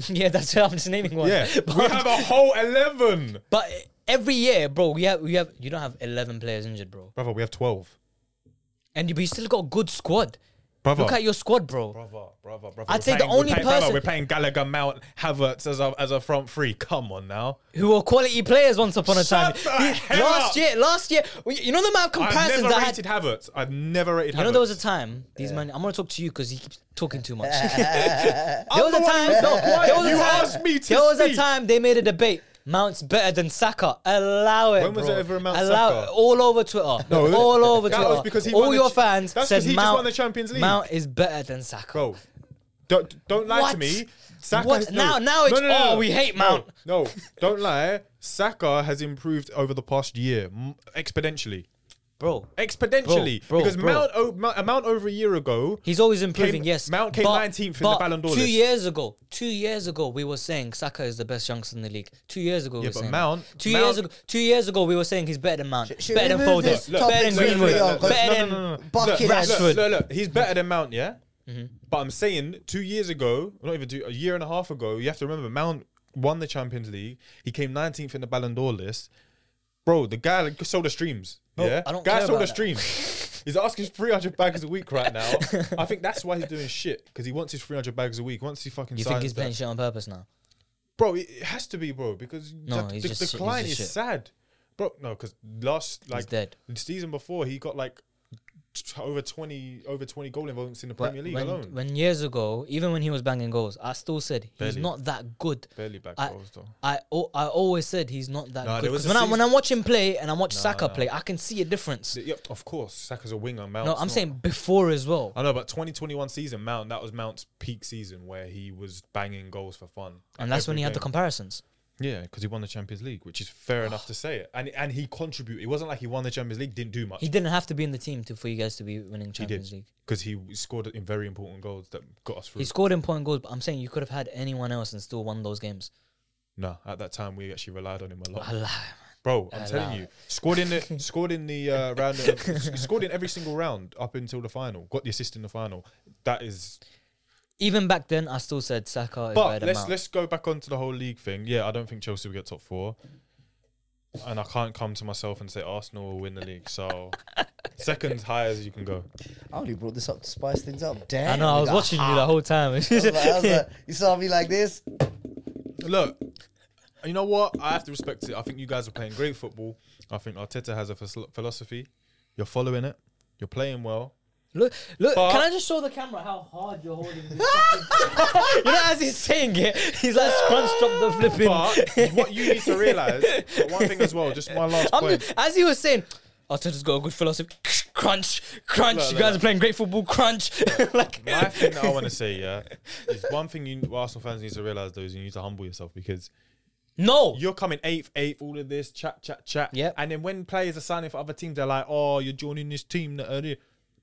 S2: yeah, that's it. I'm just naming one. [laughs]
S3: Yeah,
S2: but,
S3: we have a whole eleven,
S2: but every year, bro, we have we have you don't have 11 players injured, bro,
S3: brother. We have twelve,
S2: and you, but you still got a good squad.
S3: brother.
S2: Look at your squad, bro.
S3: Brother, brother, brother.
S2: I'd
S3: We're
S2: say the
S3: playing- we're
S2: only
S3: playing, brother,
S2: person-
S3: we're playing Gallagher, Mount, Havertz as a as a front three. Come on now.
S2: Who were quality players once upon a
S3: Shut
S2: time.
S3: the
S2: These-
S3: hell
S2: last
S3: up.
S2: year, last year, well, you know the amount of
S3: I've
S2: comparisons
S3: never
S2: I had.
S3: rated Havertz. I've never rated.
S2: You
S3: Havertz.
S2: know, there was a time these men. I'm gonna talk to you because he keeps talking too
S3: [laughs]
S2: much. [laughs] there was a time. No, there was a
S3: You
S2: time.
S3: asked me to
S2: there was a
S3: speak.
S2: time they made a debate. Mount's better than Saka. Allow it.
S3: When was
S2: bro.
S3: it ever a Mount
S2: Allow
S3: Saka?
S2: it. All over Twitter.
S3: No, it-
S2: all over
S3: that
S2: Twitter.
S3: was because he won
S2: all
S3: the
S2: your
S3: ch-
S2: fans
S3: that's 'cause
S2: said
S3: he just
S2: Mount,
S3: won the Champions League.
S2: Mount is better than Saka.
S3: bro. Don't don't lie
S2: What?
S3: to me. Saka
S2: What?
S3: has- no.
S2: Now- now it's, "Oh, we hate
S3: No,
S2: Mount."
S3: No, don't lie. Saka has improved over the past year m- exponentially.
S2: bro.
S3: Exponentially,
S2: Bro, bro,
S3: because
S2: bro.
S3: Mount, o- Mount Mount over a year ago,
S2: He's always improving,
S3: Came-
S2: yes.
S3: Mount came
S2: But-
S3: 19th in
S2: but
S3: the Ballon d'Or
S2: Two
S3: list.
S2: years ago, two years ago, we were saying Saka is the best youngster in the league. Two years ago, we were
S3: but
S2: saying
S3: Mount-
S2: Two
S3: Mount-
S2: years ago, two years ago, we were saying he's better than Mount,
S4: should
S2: better
S4: we
S2: than Foden,
S4: move this
S2: better than
S4: topic to
S2: Greenwood,
S4: Greenwood?
S3: no,
S2: better
S4: No,
S2: than
S3: no, no, no.
S4: Bucket
S3: look,
S4: ass.
S3: look, look, look, look, he's better than Mount, yeah.
S2: Mm-hmm.
S3: But I'm saying two years ago, not even two, a year and a half ago, you have to remember Mount won the Champions League. He came 19th in the Ballon d'Or list. Bro, the guy like, sold the streams. yeah,
S2: I don't
S3: guy
S2: care
S3: sold
S2: about
S3: the
S2: [laughs]
S3: streams. he's asking 300 bags a week right now. I think that's why he's doing shit because he wants his 300 bags a week. Once he fucking
S2: You
S3: signs
S2: think he's
S3: that-
S2: playing shit on purpose now?
S3: bro, it it has to be, bro, because
S2: No,
S3: the,
S2: he's
S3: the,
S2: just
S3: the
S2: shit- he's
S3: client
S2: just
S3: is
S2: shit.
S3: sad, bro. No, because last like
S2: dead.
S3: the season before he got like t- over twenty over twenty goal involvements in the
S2: But
S3: Premier League
S2: when,
S3: alone.
S2: when years ago, even when he was banging goals, I still said he's
S3: Barely.
S2: not that good.
S3: Barely back
S2: I,
S3: goals though.
S2: I, al- I always said he's not that
S3: Nah,
S2: good.
S3: there was
S2: 'Cause
S3: a
S2: When, I,
S3: season-
S2: when I'm watching play and I'm watching Saka play, I can see a difference.
S3: Yeah, of course, Saka's a winger. Mount's
S2: No, I'm
S3: not.
S2: saying before as well.
S3: I know, but 2021 season, Mount that was Mount's peak season where he was banging goals for fun,
S2: And that's when
S3: every
S2: he had the
S3: game.
S2: comparisons.
S3: yeah, because he won the Champions League, which is fair
S2: Ah.
S3: enough to say it, and and he contributed. It wasn't like he won the Champions League, didn't do much.
S2: He didn't have to be in the team to, for you guys to be winning
S3: He
S2: Champions League.
S3: because he scored in very important goals that got us through.
S2: He scored important goals, but I'm saying you could have had anyone else and still won those games.
S3: No, at that time we actually relied on him a lot,
S2: Allah.
S3: bro. I'm telling you, scored in the scored in the uh, round, of, scored in every single round up until the final. Got the assist in the final. That is.
S2: Even back then, I still said Saka is better
S3: But
S2: than
S3: let's
S2: Mount.
S3: let's go back onto the whole league thing. Yeah, I don't think Chelsea will get top four, and I can't come to myself and say Arsenal will win the league. So second as high as you can go.
S4: I only brought this up to spice things up. Damn.
S2: I know, I was
S4: nigga.
S2: watching you the whole time. [laughs]
S4: I was like- I was like, you saw me like this.
S3: Look, you know what? I have to respect it. I think you guys are playing great football. I think Arteta has a phis- philosophy. You're following it. You're playing well.
S2: look, look
S3: But-
S2: can I just show the camera how hard you're holding
S3: [laughs]
S2: this? fucking- you know, as he's saying it, he's like scrunched up the flipping.
S3: But what you need
S2: [laughs]
S3: to realize, but one thing as well, just my last
S2: I'm
S3: point.
S2: just, as he was saying, Arteta's got a good philosophy. crunch, crunch.
S3: Look,
S2: you
S3: look,
S2: guys
S3: look.
S2: are playing great football, crunch. [laughs] like,
S3: My thing that I want to say, yeah, is one thing you Arsenal fans need to realize though is you need to humble yourself because
S2: no.
S3: you're coming eighth, eighth, all of this chat, chat, chat.
S2: Yep.
S3: And then when players are signing for other teams, they're like, "Oh, you're joining this team that are there."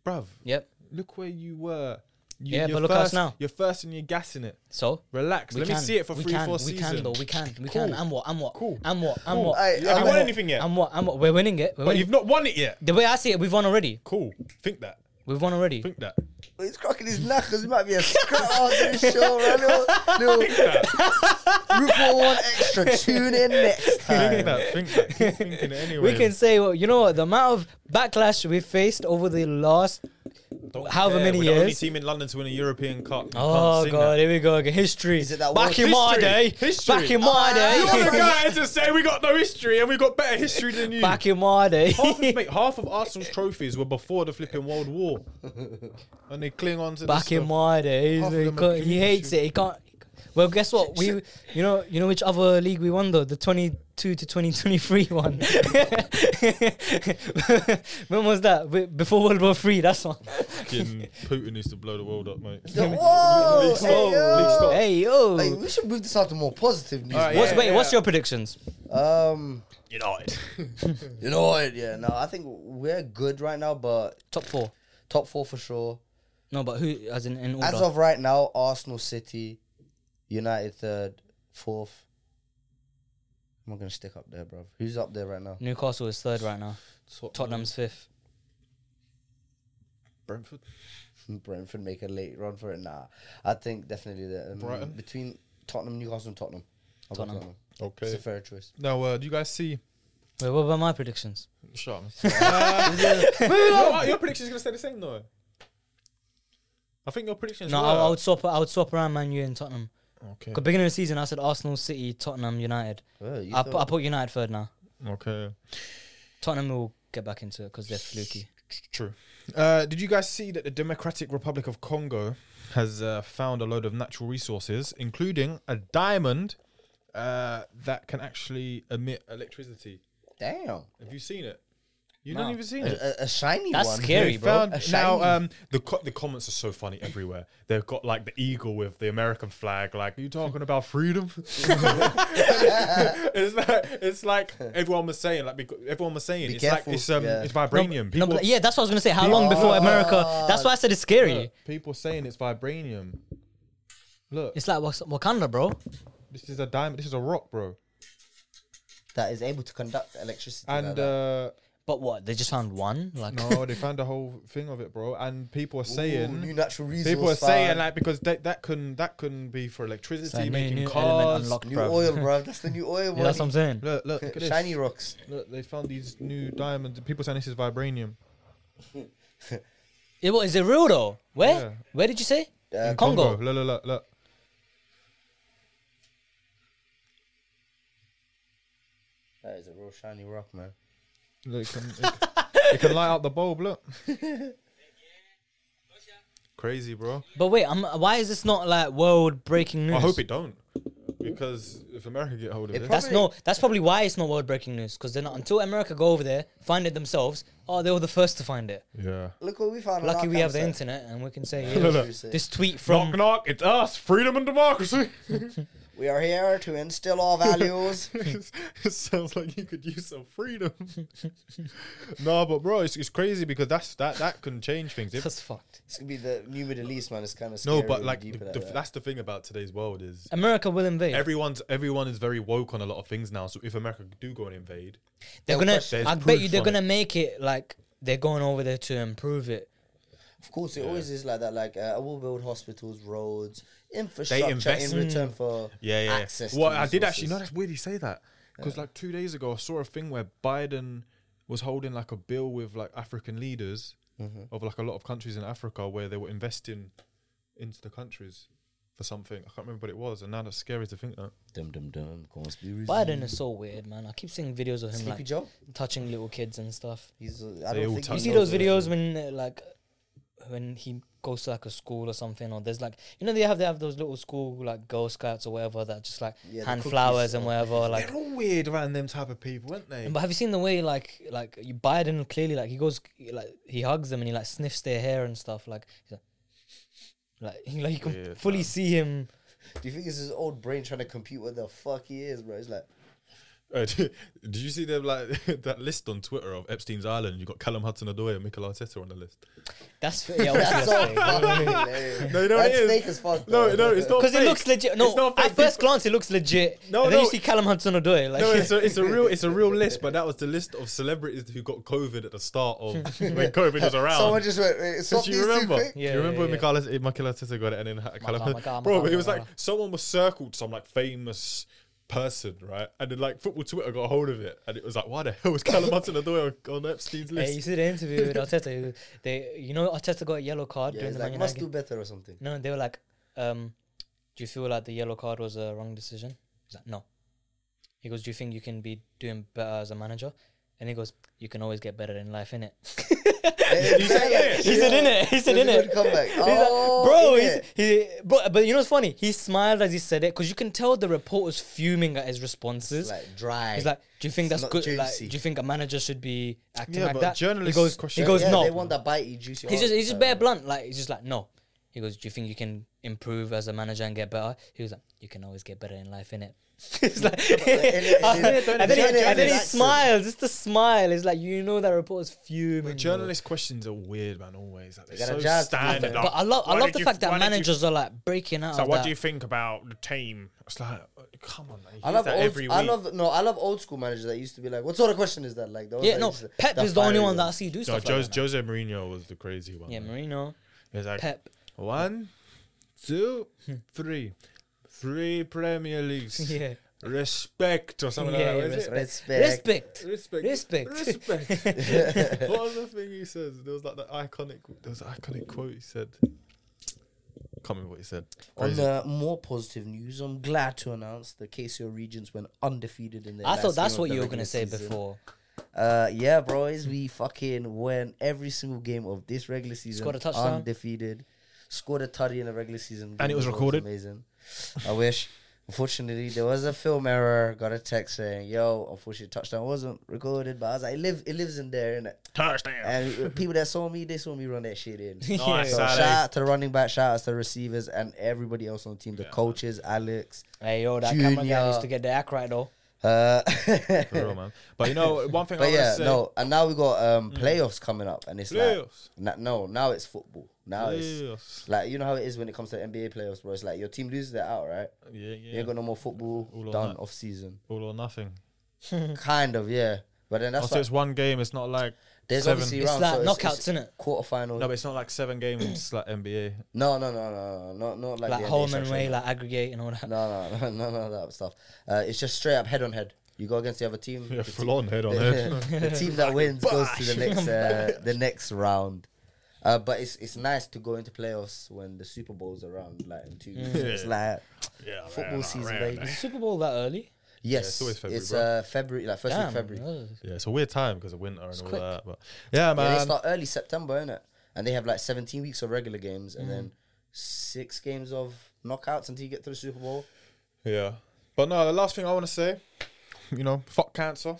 S3: bruv.
S2: Yep.
S3: Look where you were. You,
S2: Yeah,
S3: you're
S2: but look at us
S3: first-
S2: now.
S3: You're first and you're gassing it.
S2: So
S3: Relax.
S2: we
S3: Let
S2: can.
S3: me see it for
S2: we
S3: three,
S2: can.
S3: four
S2: we
S3: seasons.
S2: can though. We can. We
S3: Cool.
S2: can. I'm what. I'm what.
S3: Cool.
S2: I'm what. I'm
S3: Cool.
S2: what.
S4: I-
S2: I'm
S4: Have you
S2: what,
S3: won anything yet?
S2: I'm what. I'm what. We're winning it. We're
S3: But
S2: winning.
S3: you've not won it yet.
S2: The way I see it, we've won already.
S3: Cool. Think that.
S2: We've won already.
S3: Think that.
S4: He's cracking his neck because it might be a scrap on this show. Right?
S3: [laughs]
S4: Little, little, root for one extra. Tune in
S3: [laughs]
S4: next
S3: Think
S4: time.
S3: that. Think that.
S2: [laughs]
S3: Keep thinking it anyway.
S2: We can say, well, you know what? The amount of backlash we faced over the last.
S3: Don't
S2: however
S3: care.
S2: many
S3: We're the only
S2: years.
S3: team in London to win a European Cup. You can't
S2: Oh
S3: sing
S2: god,
S3: that.
S2: here we go again. History.
S4: Is it that
S2: Back
S4: word?
S2: in my
S3: History.
S2: day.
S3: History. Ah,
S2: Back in my
S3: You want the
S2: day.
S3: guys to say we got no history and we got better history than you.
S2: [laughs] Back in my
S3: [laughs]
S2: day.
S3: half, of, mate, half of Arsenal's trophies were before the flipping World War, and they cling on to.
S2: Back
S3: this
S2: in
S3: stuff.
S2: my day.
S3: Half of
S2: He,
S3: them are
S2: can't- he
S3: clean
S2: hates it. He can't. Well, guess what? We, you know, you know which other league we won though? The twenty-two to twenty-twenty-three [laughs] one. when was that? Be- Before World War Three. That's one.
S3: Fucking Putin needs to blow the world up, mate.
S4: Whoa!
S3: League stop.
S4: Hey, yo.
S3: League stop.
S2: Hey yo.
S4: Hey, we should move this on to more positive news.
S3: Alright,
S2: What's
S3: yeah,
S2: wait?
S3: yeah.
S2: What's your predictions?
S4: Um,
S3: [laughs] United.
S4: you know what? Yeah, no, I think we're good right now, but
S2: Top four.
S4: top four for sure.
S2: No, but who? As in, in order.
S4: As of right now, Arsenal, City, United third, fourth. I'm not gonna stick up there, bro. Who's up there right now?
S2: Newcastle is third right now. Tottenham's fifth.
S3: Brentford.
S4: Brentford make a late run for it. Nah, I think definitely the um,
S3: Brighton?
S4: between Tottenham, Newcastle, and Tottenham. I'll go
S2: Tottenham.
S4: It's a
S3: Okay.
S4: fair choice.
S3: Now, uh, do you guys see?
S2: Wait, what about my predictions? [laughs]
S3: Shut up. Uh, your, your prediction's gonna stay the same though. I think your prediction's
S2: No,
S3: were-
S2: I, I would swap. I would swap around Man U and Tottenham.
S3: Okay.
S2: 'Cause beginning of the season, I said Arsenal, City, Tottenham, United.
S4: Oh, you
S2: I,
S4: thought-
S2: pu- I put United third now.
S3: Okay.
S2: Tottenham will get back into it because they're fluky.
S3: True. Uh, did you guys see that the Democratic Republic of Congo has uh, found a load of natural resources, including a diamond uh, that can actually emit electricity?
S4: Damn,
S3: Have you seen it? You
S2: No.
S3: don't even seen
S4: a,
S3: it.
S4: a, a shiny
S2: That's
S4: one.
S2: scary,
S3: They
S2: bro.
S3: found-
S4: A shiny-
S3: now, um, the co- the comments are so funny everywhere. They've got like the eagle with the American flag. Like, you talking about freedom? [laughs] it's like it's like everyone was saying. Like, because, everyone was saying
S4: Be
S3: it's
S4: careful,
S3: like it's um,
S4: yeah.
S3: it's
S2: No,
S3: vibranium.
S2: no,
S3: People,
S2: but yeah, that's what I was gonna say. How long before America? That's why I said it's scary.
S3: Look, people saying it's vibranium. Look,
S2: It's like Wak- Wakanda, bro.
S3: this is a diamond. This is a rock, bro.
S4: that is able to conduct electricity. like
S3: And uh,
S4: that.
S2: But what? They just found one. Like [laughs]
S3: no, they found a whole thing of it, bro. And people are saying
S4: Ooh, new natural resource.
S3: people are saying
S4: found.
S3: like because that that can that can be for electricity,
S2: Like, new-
S3: making
S2: new element
S3: cars.
S2: unlocked.
S4: new
S2: bro.
S3: [laughs]
S4: oil, bro. That's the new oil.
S2: yeah, that's what I'm saying.
S4: money.
S3: Look, look, look at this.
S4: Shiny rocks.
S3: Look, they found these new diamonds. People saying this is vibranium.
S2: Yeah, what, is it real though? Where?
S3: Yeah.
S2: Where did you say?
S4: Uh,
S2: Congo.
S3: Look, look, look, look.
S4: That is a real shiny rock, man.
S3: Look, it, can, it, can- it can light up the bulb.
S4: [laughs]
S3: Look. Crazy, bro.
S2: But wait, I'm, why is this not like world breaking news?
S3: I hope it don't, because if America get hold of
S4: It
S3: it,
S2: That's
S4: Probably-
S2: no. That's probably why it's not world breaking news because they're not until America go over there find it themselves. Oh, they were the first to find it.
S3: yeah.
S4: Look what we found. on
S2: Lucky
S4: our
S2: we have the
S4: campsite.
S2: internet and we can say
S3: [laughs]
S2: yeah,
S3: Look, look.
S2: this tweet from
S3: knock, knock. It's us, freedom and democracy.
S4: We are here to
S3: [laughs]
S4: instill our values.
S3: it sounds like you could use some freedom. [laughs] no, but bro, it's, it's crazy because that's that that can change things. If-
S2: [laughs] that's fucked.
S4: It's gonna be the new Middle East, man. It's kind of
S3: no, but like the, the, that's the thing about today's world is
S2: America will invade.
S3: everyone's everyone is very woke on a lot of things now. So if America do go and invade,
S2: they're gonna.
S3: question.
S2: I
S3: There's
S2: bet you
S3: proof
S2: they're
S3: on
S2: gonna
S3: it.
S2: make it like they're going over there to improve it.
S4: of course it always is like that. Like uh, we'll build hospitals, roads, infrastructure
S3: invest-
S4: in return for
S3: yeah, yeah.
S4: access.
S3: well,
S4: to
S3: I did actually.
S4: resources.
S3: No, that's weird. You say that because like two days ago, I saw a thing where Biden was holding like a bill with like African leaders of like a lot of countries in Africa where they were investing into the countries for something. I can't remember what it was, and now that's scary to think that.
S4: Dum dum dum. Conspiracy.
S2: Biden is so weird, man. I keep seeing videos of him
S4: Sleepy
S2: like
S4: Joe.
S2: touching little kids and stuff.
S4: He's. Uh, I
S3: They all
S4: don't think
S3: touch
S2: You see
S3: Love
S2: those videos when uh, like when he goes to like a school or something, or there's like you know they have they have those little school like Girl Scouts or whatever that just like
S4: Yeah, the
S2: hand
S4: cookies
S2: flowers and
S4: or-
S2: whatever like.
S8: They're all weird around them type of people, aren't they?
S2: But have you seen the way like like you Biden clearly like he goes like he hugs them and he like sniffs their hair and stuff like [laughs] he's like like, like you can
S8: Weird,
S2: fully
S8: man.
S2: see him.
S4: Do you think it's his old brain trying to compute what the fuck he is, bro? It's like,
S3: [laughs]
S8: Uh, did you see them like that list on Twitter of Epstein's Island? You got Callum Hudson-Odoi and Mikel Arteta on the list.
S2: That's [laughs] yeah,
S4: that's
S2: obviously that's
S4: so
S2: fake.
S4: fucking hilarious.
S8: No, you know what
S4: That's
S8: it is?
S4: fake as fuck.
S8: No,
S4: though.
S8: no,
S3: [laughs]
S4: [laughs]
S8: it's not
S2: Because it
S8: fake.
S2: looks legit. No,
S8: It's not
S2: at
S8: fake.
S2: first glance, it looks legit.
S8: No,
S2: No, and then
S8: no.
S2: you see Callum Hudson Odoi. Like, [laughs]
S8: No, it's a,
S4: [laughs]
S8: it's a real it's a real list, but that was the list of celebrities who got COVID at the start
S4: [laughs]
S8: of when COVID was around.
S4: Someone
S8: [laughs]
S4: just went, "Wait, stop
S8: Did
S4: these
S8: you remember?
S4: two quick.
S2: Yeah,
S8: Do you remember
S2: yeah,
S8: when Mikel- Mikel Arteta got it and then ha- Callum?
S2: God, my God, my
S8: bro,
S2: God,
S8: it
S2: my
S8: was
S2: God.
S8: like someone was circled some like famous person, right? And then like football Twitter got a hold of it, and it was like, why the hell was Callum Hudson Odoi on, on Epstein's
S2: Hey, you
S8: list?
S2: see the interview with Arteta. They, you know, Arteta got a yellow card
S4: Yeah,
S2: during
S4: it's
S2: the
S4: like,
S2: Man
S4: must
S2: United
S4: do better or something.
S2: game. No, they were like, um, "Do you feel like the yellow card was a wrong decision?" He's like, "No." He goes, "Do you think you can be doing better as a manager?" And he goes, "You can always get better in life, innit?" [laughs]
S4: [laughs] he
S2: He said, "Innit." He said, "Innit."
S4: Come back.
S2: He's like,
S4: Oh,
S2: bro,
S4: innit?
S2: he's, he, but but you know what's funny? He smiled as he said it because you can tell the reporter's fuming at his responses.
S4: like dry.
S2: He's like, do you think
S4: It's
S2: that's
S4: not
S2: good? Like, do
S4: juicy.
S2: you think a manager should be acting
S8: Yeah,
S2: like
S8: but
S2: that?
S8: journalists
S2: he goes,
S8: question-
S2: he goes,
S4: yeah,
S2: no.
S4: They want that bitey, juicy.
S2: he's just, he's just
S4: answer,
S2: bare
S4: bro.
S2: blunt. Like, he's just like, no. He goes, do you think you can improve as a manager and get better? He was like, you can always get better in life, innit? [laughs] it's
S8: [laughs]
S2: like, [laughs] and then
S4: innit,
S2: he-
S4: innit,
S2: and then he
S4: innit.
S2: smiles. Just the smile is like, you know, that reporter's fuming. bro.
S8: Journalist questions are weird, man. Always like
S4: got
S8: they're
S4: a
S8: so
S4: job to
S8: standard.
S4: do.
S2: But I love, I
S8: Why
S2: love
S8: did
S2: the
S8: you-
S2: fact
S8: why
S2: that
S8: did you-
S2: managers are like breaking out.
S8: So
S2: of
S8: what
S2: that.
S8: do you think about the team? It's like, come on, man.
S4: I love
S8: that
S4: old,
S8: every week.
S4: I love no, I love old school managers that used to be like, "What sort of question is that?" Like, the ones
S2: Yeah,
S4: that
S2: no.
S4: used to-
S2: Pep is the only
S4: fiery
S2: one that I see do
S8: No,
S2: stuff
S8: Jose,
S2: like that. now.
S8: Jose Mourinho was the crazy one.
S2: Yeah,
S8: man. [laughs]
S2: Marino,
S8: He was like,
S2: Pep. Hmm.
S8: One, two, three. Three Premier
S2: [laughs]
S8: Leagues.
S2: Yeah.
S8: Respect or something
S2: Yeah,
S8: like
S2: yeah,
S8: that. was it?
S4: Respect.
S2: Respect.
S8: Respect.
S2: Respect.
S4: [laughs]
S8: Respect. what was the thing he says? There was like that iconic there was an iconic quote he said. Can't remember what he said.
S4: On
S8: Crazy.
S4: uh, more positive news, I'm glad to announce the KCO Regions went undefeated in their
S2: I
S4: last
S2: thought that's
S4: game of
S2: what
S4: the
S2: you were gonna
S4: regular
S2: say
S4: season.
S2: before.
S4: Uh, yeah, boys, we fucking won every single game of this regular season.
S2: Scored a touchdown.
S4: undefeted. Scored a tutty in the regular season,
S8: And it
S4: game,
S8: was
S4: bro,
S8: recorded.
S4: amazing. I wish. Unfortunately, there was a film error. Got a text saying, "Yo, unfortunately, touchdown wasn't recorded." But I was like, "It live, it lives in there, innit?" [laughs]
S8: Touchdown.
S4: And people that saw me, they saw me run that shit in.
S2: [laughs] Yeah.
S4: So
S8: Ali.
S4: shout out to the running back, shout out to the receivers, and everybody else on the team. The coaches, Alex.
S2: Hey yo, that camera guy needs
S4: Junior.
S2: to get the act right though. [laughs]
S4: [laughs] Uh,
S8: For real, man. But
S4: [laughs]
S8: you know, one thing
S4: but
S8: I want to
S4: yeah,
S8: say.
S4: no. And now we got
S2: Mm.
S4: um, playoffs coming up, and it's
S8: Playoffs.
S4: like, na- no, now it's football. Now
S8: Playoffs.
S4: it's like you know how it is when it comes to NBA playoffs, bro. It's like your team loses, they're out, right?
S8: Yeah,
S4: You
S8: yeah.
S4: ain't got no more football
S8: All or
S4: done
S8: not.
S2: [laughs]
S4: off season.
S8: All or nothing.
S4: kind of, yeah. But then that's
S8: Also,
S4: like,
S8: it's one game. It's not like
S4: there's
S8: seven.
S4: obviously
S2: It's
S4: rounds,
S2: like
S4: so
S2: knockouts,
S4: it's,
S2: innit?
S4: it's quarterfinal.
S8: no, but it's not like seven games like NBA.
S4: No, no, no, no, no, not not like,
S2: Like
S4: the NBA
S2: home and
S4: structure,
S2: away,
S4: no.
S2: like aggregate and all [laughs] that.
S4: No, [laughs] no, no, no, no, that stuff. Uh, it's just straight up head on head. You go against the other team.
S8: Yeah,
S4: the
S8: full
S4: team-
S8: on
S4: [laughs]
S8: head on head.
S4: the team that wins goes to the next uh, the next round. Uh, but it's it's nice to go into playoffs when the Super Bowl's around, like in two weeks. It's like
S8: Yeah,
S4: football season, baby.
S2: Is Super Bowl that early?
S4: Yes, it's,
S8: it's always February, bro.
S4: uh, February, like first
S2: Damn.
S4: week February.
S2: that was-
S8: Yeah, it's a weird time because of winter and all
S2: quick.
S8: that. But yeah,
S4: Yeah, they
S8: man.
S4: start early September, innit? And they have like 17 weeks of regular games and then six games of knockouts until you get to the Super Bowl.
S8: yeah, but no. The last thing I want to say, you know, fuck cancer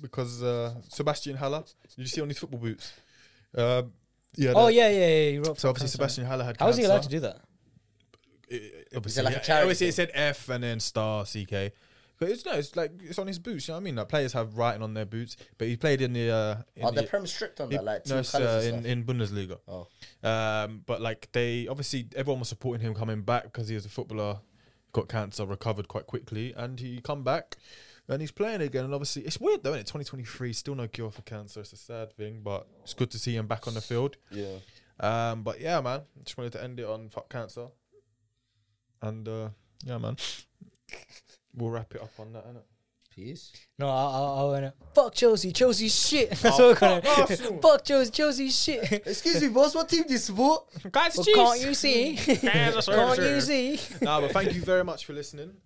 S8: because uh, Sebastian Haller. Did you see on his football boots? Uh, yeah.
S2: Oh
S8: the-
S2: yeah, yeah, yeah. you wrote
S8: So obviously
S2: cancer.
S8: Sebastian Haller had.
S2: How was he allowed
S8: cancer.
S2: to do that?
S8: Obviously,
S4: like a
S8: yeah,
S4: charity
S8: obviously it
S4: thing?
S8: said F and then star CK. But it's no, it's like it's on his boots. You know what I mean? Like players have writing on their boots, but he played in the. Uh, in
S2: Oh,
S4: Are the
S8: the-
S4: Prem Oh, strict on
S8: He-
S4: that? Like two
S8: no, it's,
S4: colours
S8: uh,
S4: and
S8: in,
S4: stuff?
S8: in Bundesliga.
S4: Oh.
S8: Um, but like they obviously everyone was supporting him coming back because he was a footballer, got cancer, recovered quite quickly, and he come back and he's playing again. And obviously it's weird though, isn't it? 2023, still no cure for cancer. It's a sad thing, but it's good to see him back on the field.
S4: yeah.
S8: Um, but yeah, man, just wanted to end it on fuck cancer. And uh,
S4: [laughs]
S8: yeah, man, we'll wrap it up on that, innit?
S4: Peace.
S2: No, I, I, I wanna fuck Chelsea. Chelsea shit. [laughs] That's what I'm [laughs]
S8: fuck
S2: gonna.
S8: Arsenal.
S2: Oh, Fuck Chelsea. Chelsea shit.
S4: Excuse me, boss. What team do you support?
S2: [laughs] But can't you see? can't you see?
S8: nah, but thank you very much for listening.